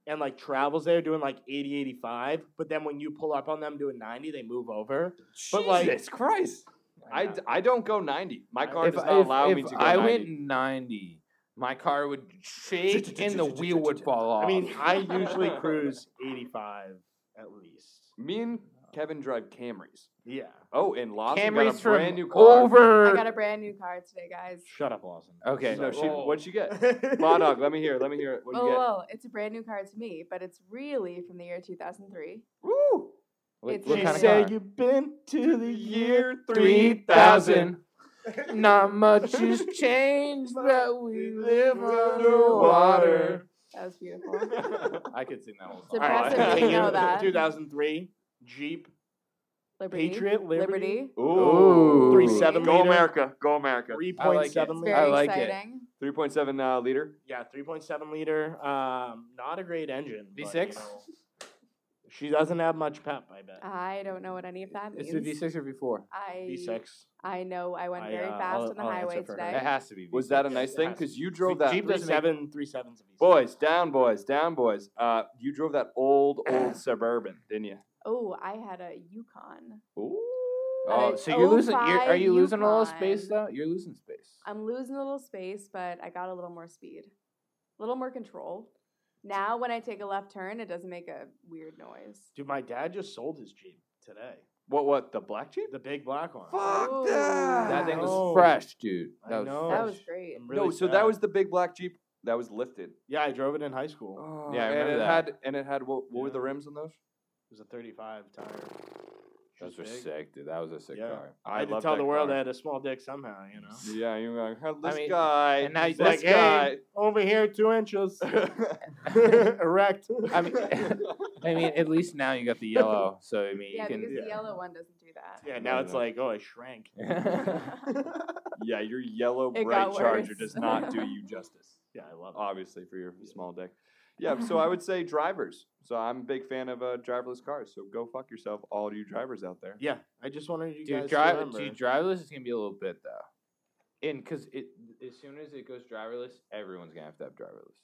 Speaker 6: and like travels there doing like 80, 85, but then when you pull up on them doing 90, they move over. but, like-
Speaker 1: Jesus Christ. I, d- I don't go 90. My car
Speaker 2: If,
Speaker 1: does
Speaker 2: if,
Speaker 1: not allow
Speaker 2: if
Speaker 1: me to go
Speaker 2: I
Speaker 1: 90.
Speaker 2: went ninety, my car would shake and the wheel would fall off.
Speaker 6: I mean, I usually cruise 85 at least.
Speaker 1: Me and Kevin drive Camrys.
Speaker 6: Yeah.
Speaker 1: Oh, and Lawson
Speaker 2: Camry's
Speaker 1: got a brand
Speaker 2: from
Speaker 1: new car.
Speaker 2: over.
Speaker 5: I got a brand new car today, guys.
Speaker 6: Shut up, Lawson.
Speaker 2: Okay.
Speaker 1: No, she,
Speaker 2: Oh.
Speaker 1: what'd she get? Law dog, let me hear. it, Let me hear it. What
Speaker 5: Well,
Speaker 1: you get?
Speaker 5: Oh, well, it's a brand new car to me, but it's really from the year 2003.
Speaker 1: Woo!
Speaker 2: What-
Speaker 5: It's
Speaker 2: what
Speaker 6: she
Speaker 5: kinda
Speaker 6: said you've been to the year
Speaker 2: 3,000. Not much has changed, but we live underwater.
Speaker 5: That was beautiful.
Speaker 2: I could sing that whole
Speaker 5: It's impressive
Speaker 6: Alright,
Speaker 5: you
Speaker 6: thank
Speaker 5: know that.
Speaker 6: 2003 Jeep
Speaker 5: Liberty.
Speaker 6: Patriot Liberty.
Speaker 5: Liberty.
Speaker 1: Ooh.
Speaker 6: oh. Three seven
Speaker 7: Go
Speaker 6: liter.
Speaker 7: America. Go America.
Speaker 6: 3.7
Speaker 2: I
Speaker 5: It's
Speaker 6: liter.
Speaker 5: very
Speaker 2: like it.
Speaker 5: exciting.
Speaker 1: 3.7 uh, liter.
Speaker 6: Yeah, 3.7 liter. Um, not a great engine. but, you
Speaker 2: V6?
Speaker 6: know, she doesn't have much pep, I bet.
Speaker 5: I don't know what any of that means.
Speaker 2: It's a V6 or V4?
Speaker 5: I,
Speaker 6: V6.
Speaker 5: I know. I went
Speaker 6: I,
Speaker 5: very
Speaker 6: uh,
Speaker 5: fast
Speaker 6: I'll-
Speaker 5: on the
Speaker 6: I'll answer
Speaker 5: highway
Speaker 6: for her.
Speaker 5: today.
Speaker 2: It has to be.
Speaker 1: Was
Speaker 2: V6.
Speaker 1: that a nice thing?
Speaker 6: Yes.
Speaker 1: Because you drove that.
Speaker 6: Jeep
Speaker 1: three-
Speaker 6: does seven, three sevens. a V6.
Speaker 1: Boys, down, boys, down, boys. Uh, you drove that old, old suburban, didn't you?
Speaker 5: Oh, I had a Yukon.
Speaker 1: Ooh.
Speaker 2: Oh,
Speaker 5: An
Speaker 2: so you're losing. You're, are
Speaker 5: 05
Speaker 2: you losing a little
Speaker 5: Yukon.
Speaker 2: space though? You're losing space.
Speaker 5: I'm losing a little space, but I got a little more speed, a little more control. Now, when I take a left turn, it doesn't make a weird noise.
Speaker 6: Dude, my dad just sold his Jeep today.
Speaker 1: What? What? The black jeep?
Speaker 6: The big black one.
Speaker 1: Fuck
Speaker 5: Ooh.
Speaker 1: that!
Speaker 2: That thing
Speaker 6: No.
Speaker 2: was fresh, dude.
Speaker 6: I
Speaker 2: That was
Speaker 6: know.
Speaker 2: fresh.
Speaker 5: That was great.
Speaker 6: I'm really
Speaker 1: no, so
Speaker 6: sad.
Speaker 1: that was the big black jeep that was lifted.
Speaker 6: Yeah, I drove it in high school.
Speaker 1: Oh.
Speaker 2: Yeah, I
Speaker 1: and
Speaker 2: remember
Speaker 1: it
Speaker 2: that.
Speaker 1: had and it had what, what were the
Speaker 6: Yeah.
Speaker 1: rims on those?
Speaker 6: It was a 35 tire.
Speaker 2: Those
Speaker 6: Just
Speaker 2: were
Speaker 6: big.
Speaker 2: sick, dude. That was a sick
Speaker 6: Yeah.
Speaker 2: car.
Speaker 6: I, had to
Speaker 1: love
Speaker 6: tell
Speaker 1: that
Speaker 6: the world
Speaker 1: car.
Speaker 6: I had a small dick somehow, you know.
Speaker 1: Yeah, you were like, "Huh, this
Speaker 2: mean,
Speaker 1: guy,
Speaker 2: and now you-
Speaker 1: this
Speaker 6: Like,
Speaker 1: guy.
Speaker 6: hey, over here, two inches. Erect.
Speaker 2: I mean, I mean, at least now you got the yellow, so I mean,
Speaker 5: Yeah, because
Speaker 2: you
Speaker 5: the yellow one doesn't do that.
Speaker 6: yeah, now it's like, oh, I shrank.
Speaker 2: can.
Speaker 1: yeah, your yellow
Speaker 5: It
Speaker 1: bright
Speaker 5: got
Speaker 1: charger
Speaker 5: worse.
Speaker 1: does not do you justice.
Speaker 6: Yeah, I love it.
Speaker 1: Obviously, for your small dick. Yeah, so I would say drivers. So I'm a big fan of uh, driverless cars. So go fuck yourself, all you drivers out there.
Speaker 6: Yeah, I just wanted you
Speaker 2: dude,
Speaker 6: guys
Speaker 2: drive,
Speaker 6: to remember.
Speaker 2: dude, driverless is gonna be a little bit though, and because it as soon as it goes driverless, everyone's gonna have to have driverless.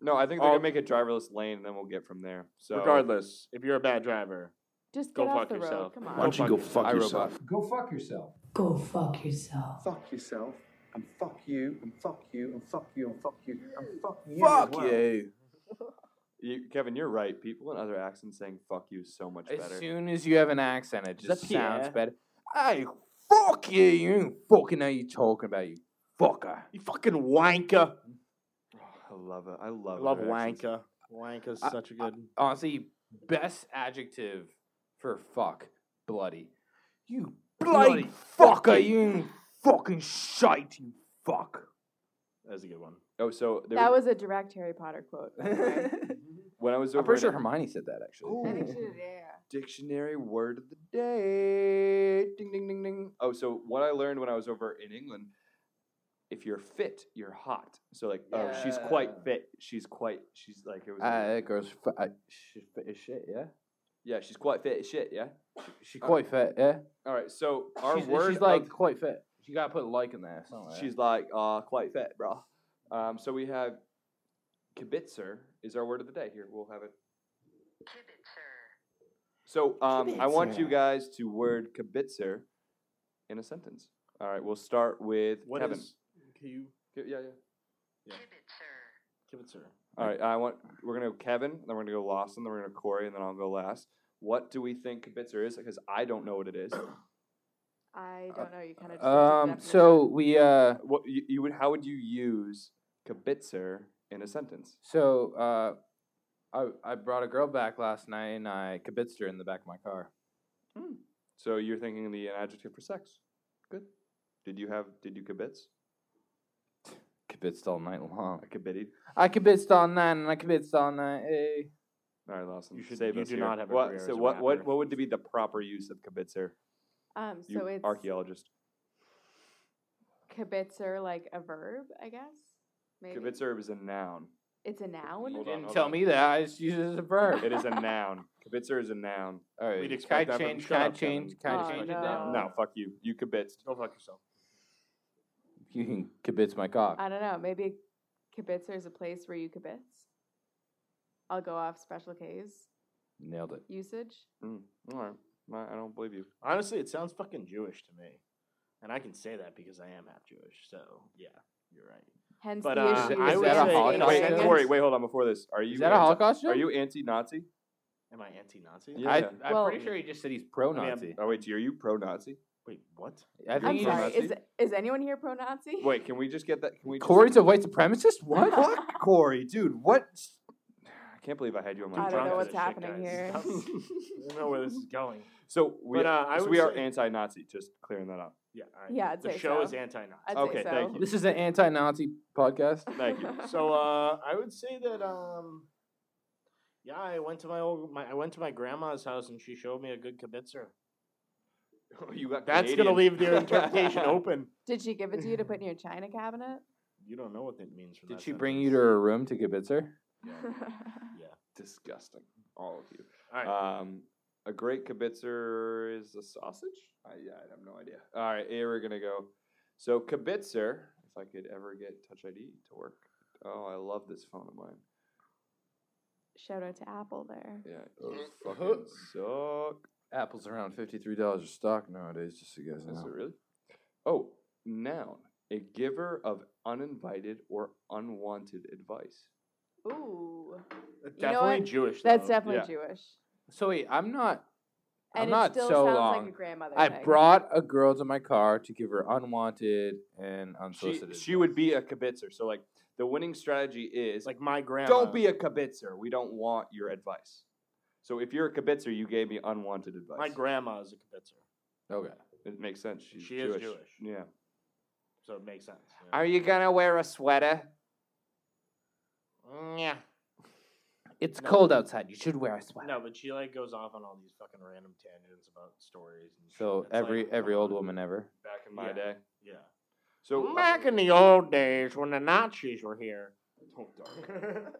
Speaker 1: No, I think they're
Speaker 6: Oh.
Speaker 1: gonna make a driverless lane, and then we'll get from there. So
Speaker 6: Regardless, if you're a bad driver,
Speaker 5: Just get
Speaker 6: Go
Speaker 5: off
Speaker 6: fuck
Speaker 5: the
Speaker 6: yourself.
Speaker 5: road. Come
Speaker 6: Why
Speaker 3: Why
Speaker 5: on.
Speaker 3: don't you go fuck
Speaker 1: I,
Speaker 3: yourself?
Speaker 1: robot.
Speaker 3: Go fuck yourself.
Speaker 8: Go fuck yourself.
Speaker 3: Fuck yourself. And fuck you. And fuck you. And fuck you. And fuck you. And fuck you. as well.
Speaker 1: you. you, Kevin, you're right. People in other accents saying "fuck you" is so much
Speaker 2: As
Speaker 1: better.
Speaker 2: soon as you have an accent, it
Speaker 6: Is that
Speaker 2: just sounds
Speaker 6: Pierre?
Speaker 2: better. I fuck you, you fucking know you talking about you fucker.
Speaker 6: you fucking wanker.
Speaker 1: I love it. I love.
Speaker 6: I love
Speaker 1: other accents.
Speaker 6: wanker. Wanker's
Speaker 2: I-
Speaker 6: such a good.
Speaker 2: Honestly, best adjective for fuck, bloody. You
Speaker 6: Bloody
Speaker 2: bloody, fucker, you fucking shite, you fuck.
Speaker 6: That's a good one.
Speaker 1: Oh, so there
Speaker 5: That
Speaker 1: was,
Speaker 5: was a direct Harry Potter quote. by the way.
Speaker 1: when I was over
Speaker 2: I'm pretty sure
Speaker 1: in-
Speaker 2: Hermione said that actually.
Speaker 5: I think she did, yeah.
Speaker 1: dictionary word of the day. Ding ding ding ding. Oh, so what I learned when I was over in England, if you're fit, you're hot. So like, oh, she's quite
Speaker 2: Yeah.
Speaker 1: fit. She's quite. She's like it was.
Speaker 2: Uh, that girl's fi- uh, she's fit as shit, yeah.
Speaker 1: yeah, she's quite fit. as Shit, yeah.
Speaker 2: She's quite fit, yeah.
Speaker 1: All right, so our
Speaker 2: she's,
Speaker 1: word.
Speaker 2: she's like
Speaker 1: of-
Speaker 2: quite fit. You gotta put like in there somewhere.
Speaker 1: she's like uh, quite fit, bro. Um, so we have kibitzer is our word of the day. Here, we'll have it. So um, I want you
Speaker 2: Kibitzer.
Speaker 1: guys to word kibitzer in a sentence. All right, we'll start with
Speaker 6: What
Speaker 1: Kevin.
Speaker 6: is- Can you
Speaker 1: Ki- Yeah, yeah.
Speaker 6: give it, sir?
Speaker 1: All right, I want we're gonna go Kevin, and then we're gonna go Lawson, then we're gonna go Corey, and then I'll go last. What do we think kibitzer is? Because I don't know what it is.
Speaker 5: I don't know. You kind of just
Speaker 2: um so we uh
Speaker 1: What you, you would? How would you use kibitzer in a sentence?
Speaker 2: so uh I I brought a girl back last night and I kibitzed her in the back of my car.
Speaker 5: Hmm.
Speaker 1: So you're thinking the adjective for sex. Good. Did you have? Did you kibitz?
Speaker 2: Kibitzed all night long.
Speaker 1: I kibitted.
Speaker 2: I kibitzed all night and I kibitzed all night. eh.
Speaker 1: All right, Lawson.
Speaker 6: You should-
Speaker 1: save
Speaker 6: you
Speaker 1: us
Speaker 6: do
Speaker 1: here.
Speaker 6: not have a
Speaker 1: what,
Speaker 6: career
Speaker 1: So
Speaker 6: as a
Speaker 1: what? What?
Speaker 6: rapper.
Speaker 1: What would be the proper use of kibitzer?
Speaker 5: Um,
Speaker 1: You
Speaker 5: so it's
Speaker 1: archaeologist.
Speaker 5: kibitzer, like a verb, I guess. Maybe.
Speaker 1: Kibitzer is a noun.
Speaker 5: It's a noun.
Speaker 1: Hold on,
Speaker 2: Didn't
Speaker 1: hold
Speaker 2: tell
Speaker 1: on.
Speaker 2: me that. I just used it as a verb.
Speaker 1: It is a noun. Kibitzer is a noun.
Speaker 2: All right.
Speaker 6: We'd
Speaker 2: can I
Speaker 6: expect that from-
Speaker 2: change?
Speaker 6: shut
Speaker 2: Can I
Speaker 6: up, Kevin.
Speaker 2: change? Can I
Speaker 5: Oh,
Speaker 2: change it
Speaker 5: no.
Speaker 2: now?
Speaker 1: No, fuck you. You kibitzed.
Speaker 6: Go fuck yourself.
Speaker 2: You can kibitz my cock.
Speaker 5: I don't know. Maybe kibitzer is a place where you kibitz. I'll go off Special K's
Speaker 2: Nailed it.
Speaker 5: usage.
Speaker 1: Mm, all right. I- I don't believe you.
Speaker 6: Honestly, it sounds fucking Jewish to me, and I can say that because I am half Jewish. So yeah, you're right.
Speaker 5: Hence
Speaker 6: But,
Speaker 5: the
Speaker 6: uh,
Speaker 5: issue.
Speaker 6: I
Speaker 5: with
Speaker 6: would
Speaker 5: the
Speaker 6: say-
Speaker 5: Special
Speaker 2: Holocaust
Speaker 1: Wait,
Speaker 5: Ks.
Speaker 2: joke?
Speaker 1: Corey, wait, hold on. Before this, are you
Speaker 2: Is that a
Speaker 1: anti-
Speaker 2: Holocaust joke?
Speaker 1: Are you anti-Nazi?
Speaker 6: Am I anti-Nazi?
Speaker 1: Yeah.
Speaker 2: I, I'm
Speaker 5: Well-
Speaker 2: pretty sure he just said he's pro-Nazi.
Speaker 1: Oh wait, are you pro-Nazi?
Speaker 6: Wait, what?
Speaker 2: I think
Speaker 5: I'm
Speaker 2: he's-
Speaker 5: sorry. Is,
Speaker 1: Nazi?
Speaker 5: is anyone here pro Nazi?
Speaker 1: Wait, can we just get that? Can we?
Speaker 2: Corey's
Speaker 1: just...
Speaker 2: a white supremacist. What?
Speaker 1: Fuck Corey, dude. What? I can't believe I had you on my.
Speaker 5: I don't
Speaker 1: drunk
Speaker 5: know
Speaker 1: as
Speaker 5: what's
Speaker 1: a
Speaker 6: as shit,
Speaker 5: happening
Speaker 6: guys.
Speaker 5: here.
Speaker 6: I don't know where this is going.
Speaker 1: shit. So we,
Speaker 6: But, uh, I
Speaker 1: so
Speaker 6: would
Speaker 1: we are
Speaker 6: say-
Speaker 1: anti-Nazi. Just clearing that up.
Speaker 6: Yeah, all right.
Speaker 5: Yeah, I'd
Speaker 6: the
Speaker 5: say
Speaker 6: show
Speaker 5: so.
Speaker 6: is anti-Nazi.
Speaker 5: I'd
Speaker 1: okay,
Speaker 5: say so.
Speaker 1: thank you.
Speaker 2: This is an anti-Nazi podcast.
Speaker 1: Thank you.
Speaker 6: so uh, I would say that um, yeah, I went to my old my I went to my grandma's house and she showed me a good kibitzer.
Speaker 1: you got
Speaker 6: That's gonna leave
Speaker 1: Canadian.
Speaker 6: their interpretation open.
Speaker 5: Did she give it to you to put in your china cabinet?
Speaker 6: You don't know what that means. From
Speaker 2: Did
Speaker 6: that
Speaker 2: she bring you to
Speaker 6: sentence.
Speaker 2: her room to kibitz her?
Speaker 1: Disgusting, all of you.
Speaker 6: All right. Uh,
Speaker 1: Um, a great kibitzer is a sausage. I, yeah, I have no idea. All right, here we're gonna go. So kibitzer, if I could ever get Touch ID to work. Oh, I love this phone of mine.
Speaker 5: Shout out to Apple there.
Speaker 1: Yeah, those
Speaker 6: Mm-hmm.
Speaker 1: fucking suck.
Speaker 2: Apple's around fifty-three dollars a stock nowadays. Just so you guys
Speaker 1: Is it
Speaker 2: know.
Speaker 1: really? Oh, noun. A giver of uninvited or unwanted advice.
Speaker 5: Ooh. know
Speaker 6: Definitely
Speaker 5: what?
Speaker 6: Jewish.
Speaker 5: That's
Speaker 6: though.
Speaker 5: definitely
Speaker 1: yeah.
Speaker 5: Jewish.
Speaker 2: So wait, I'm not.
Speaker 5: And
Speaker 2: I'm
Speaker 5: it
Speaker 2: not
Speaker 5: still
Speaker 2: so
Speaker 5: sounds
Speaker 2: long.
Speaker 5: like a grandmother
Speaker 2: I
Speaker 5: thing.
Speaker 2: brought a girl to my car to give her unwanted and
Speaker 1: She,
Speaker 2: unsolicited.
Speaker 1: she would be a kibitzer. So like the winning strategy is
Speaker 6: like my grandma.
Speaker 1: don't be a kibitzer. We don't want your advice. So if you're a kibitzer, you gave me unwanted advice.
Speaker 6: My grandma is a kibitzer,
Speaker 2: Okay.
Speaker 1: it makes sense. She's
Speaker 6: She is
Speaker 1: Jewish.
Speaker 6: Jewish.
Speaker 1: Yeah.
Speaker 6: so it makes sense. you know?
Speaker 2: you gonna wear a sweater?
Speaker 6: yeah.
Speaker 2: It's
Speaker 6: No.
Speaker 2: cold outside. You should wear a sweater.
Speaker 6: No, but she like goes off on all these fucking random tangents about stories. And shit.
Speaker 2: So
Speaker 6: It's like,
Speaker 2: every
Speaker 6: come
Speaker 2: every old
Speaker 6: on.
Speaker 2: woman ever.
Speaker 1: Back in my
Speaker 6: Yeah.
Speaker 1: day.
Speaker 6: Yeah.
Speaker 1: So uh,
Speaker 6: Back in the old days when the Nazis were here.
Speaker 1: Oh, darn.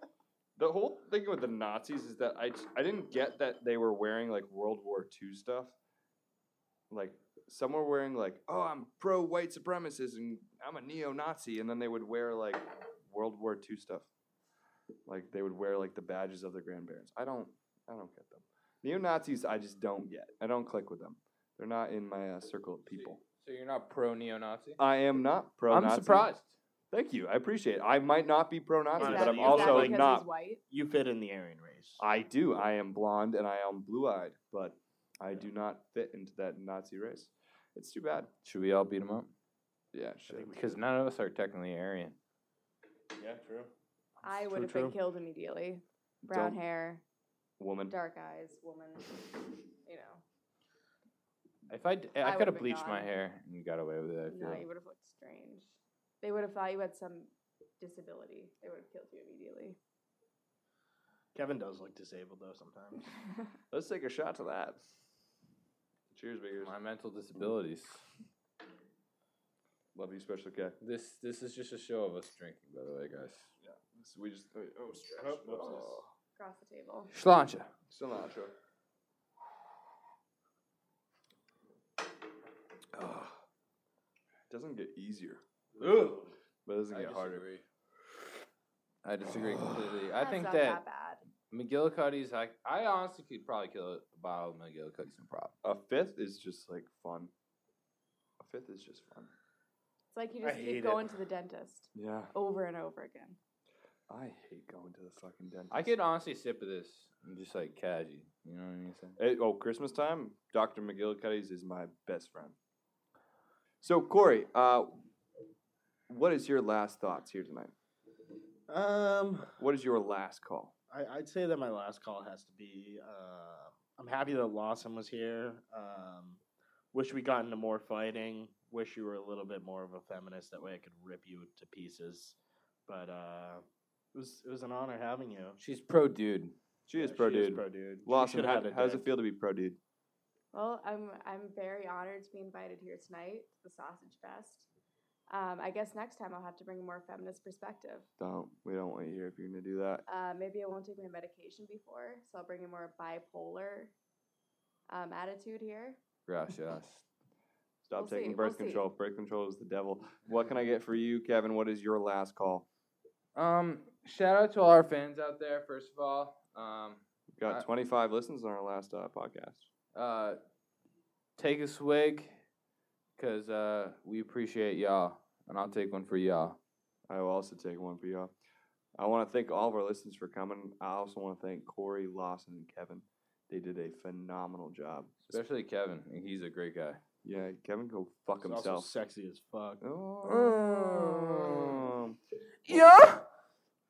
Speaker 1: the whole thing with the Nazis is that I I didn't get that they were wearing like World War II stuff. Like some were wearing like, oh, I'm pro white supremacist and I'm a neo Nazi, and then they would wear like World War II stuff. Like they would wear like the badges of their grandparents. I don't I don't get them. Neo Nazis I just don't get. I don't click with them. They're not in my uh, circle of people.
Speaker 2: So you're not pro neo-Nazi?
Speaker 1: I am not pro.
Speaker 2: I'm surprised.
Speaker 1: Thank you. I appreciate it. I might not be pro Nazi,
Speaker 5: Is
Speaker 1: but
Speaker 5: that-
Speaker 1: I'm
Speaker 5: is
Speaker 6: you-
Speaker 5: that
Speaker 1: also
Speaker 5: because
Speaker 1: not
Speaker 5: He's white?
Speaker 6: You fit in the Aryan race.
Speaker 1: I do. I am blonde and I am blue eyed, but I do not fit into that Nazi race. It's too bad.
Speaker 2: Should we all beat him up?
Speaker 1: Yeah, shit.
Speaker 2: Because none of us are technically Aryan.
Speaker 6: yeah, true.
Speaker 5: I would
Speaker 6: true,
Speaker 5: have been
Speaker 6: true.
Speaker 5: killed immediately. Brown
Speaker 1: Don't-
Speaker 5: hair,
Speaker 1: Woman.
Speaker 5: dark eyes, woman. You know,
Speaker 2: If I d- I,
Speaker 5: I
Speaker 2: could
Speaker 5: would've
Speaker 2: have
Speaker 5: been
Speaker 2: bleached my
Speaker 5: gone.
Speaker 2: hair and got away with it. I feel.
Speaker 5: no, you would have looked strange. They would have thought you had some disability. They would have killed you immediately.
Speaker 6: Kevin does look disabled though sometimes.
Speaker 1: Let's take a shot to that. Cheers, Biggers.
Speaker 2: my mental disabilities.
Speaker 1: Love you, Special K.
Speaker 2: This this is just a show of us drinking, by the way, guys.
Speaker 1: Yeah. This- we just. wait, Oh, stretch.
Speaker 6: Oh, whoops.
Speaker 1: Oh.
Speaker 5: Across the table.
Speaker 2: Schlancha.
Speaker 1: Cilantro. Ugh. Doesn't get easier, but it doesn't get harder.
Speaker 2: I disagree completely. I
Speaker 5: That's
Speaker 2: think
Speaker 5: not that
Speaker 2: that
Speaker 5: bad.
Speaker 2: McGillicuddy's like I honestly could probably kill a bottle of McGillicuddy's no problem.
Speaker 1: A fifth is just like fun. A fifth is just fun.
Speaker 5: It's like you
Speaker 6: I
Speaker 5: just
Speaker 6: hate it.
Speaker 5: keep going to the dentist
Speaker 1: Yeah.
Speaker 5: over and over again.
Speaker 1: I hate going to the fucking dentist.
Speaker 2: I could honestly sip of this and just like casually. You know what I mean? So-
Speaker 1: Eh, oh, Christmas time, Dr. McGillicuddy's is my best friend. So, Corey, uh, what is your last thoughts here tonight?
Speaker 6: Um,
Speaker 1: What is your last call?
Speaker 6: I, I'd say that my last call has to be. Uh, I'm happy that Lawson was here. Um, wish we got into more fighting. Wish you were a little bit more of a feminist. That way, I could rip you to pieces. But uh, it was it was an honor having you.
Speaker 2: She's pro dude.
Speaker 1: She is
Speaker 6: Yeah,
Speaker 1: pro
Speaker 6: Uh, she is
Speaker 1: dude.
Speaker 6: Pro dude. She
Speaker 1: Lawson,
Speaker 6: should
Speaker 1: how,
Speaker 6: have had a
Speaker 1: how does
Speaker 6: dick.
Speaker 1: it feel to be pro dude?
Speaker 5: Well, I'm I'm very honored to be invited here tonight to the Sausage Fest. Um, I guess next time I'll have to bring a more feminist perspective.
Speaker 1: Don't. We don't want you here if you're going to do that.
Speaker 5: Uh, maybe I won't take my medication before, so I'll bring a more bipolar um, attitude here.
Speaker 2: Gracias.
Speaker 1: Stop
Speaker 5: We'll
Speaker 1: taking
Speaker 5: see,
Speaker 1: birth
Speaker 5: we'll see.
Speaker 1: control. Birth control is the devil. What can I get for you, Kevin? What is your last call?
Speaker 2: um, shout out to all our fans out there. First of all, um,
Speaker 1: We've got
Speaker 6: Uh,
Speaker 2: I-
Speaker 1: 25 listens on our last uh, podcast.
Speaker 2: uh, take a swig, cause uh, we appreciate y'all, and I'll take one for y'all.
Speaker 1: I will also take one for y'all. I want to thank all of our listeners for coming. I also want to thank Corey, Lawson, and Kevin. They did a phenomenal job.
Speaker 2: Especially Kevin. He's a great guy.
Speaker 1: Yeah, Kevin, go fuck
Speaker 6: He's also
Speaker 1: himself.
Speaker 6: sexy as fuck.
Speaker 1: Oh.
Speaker 2: Yeah.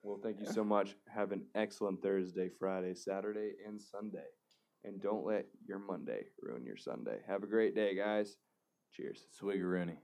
Speaker 1: Well, thank you so much. Have an excellent Thursday, Friday, Saturday, and Sunday. And don't let your Monday ruin your Sunday. Have a great day, guys. Cheers.
Speaker 2: Swiggeroony.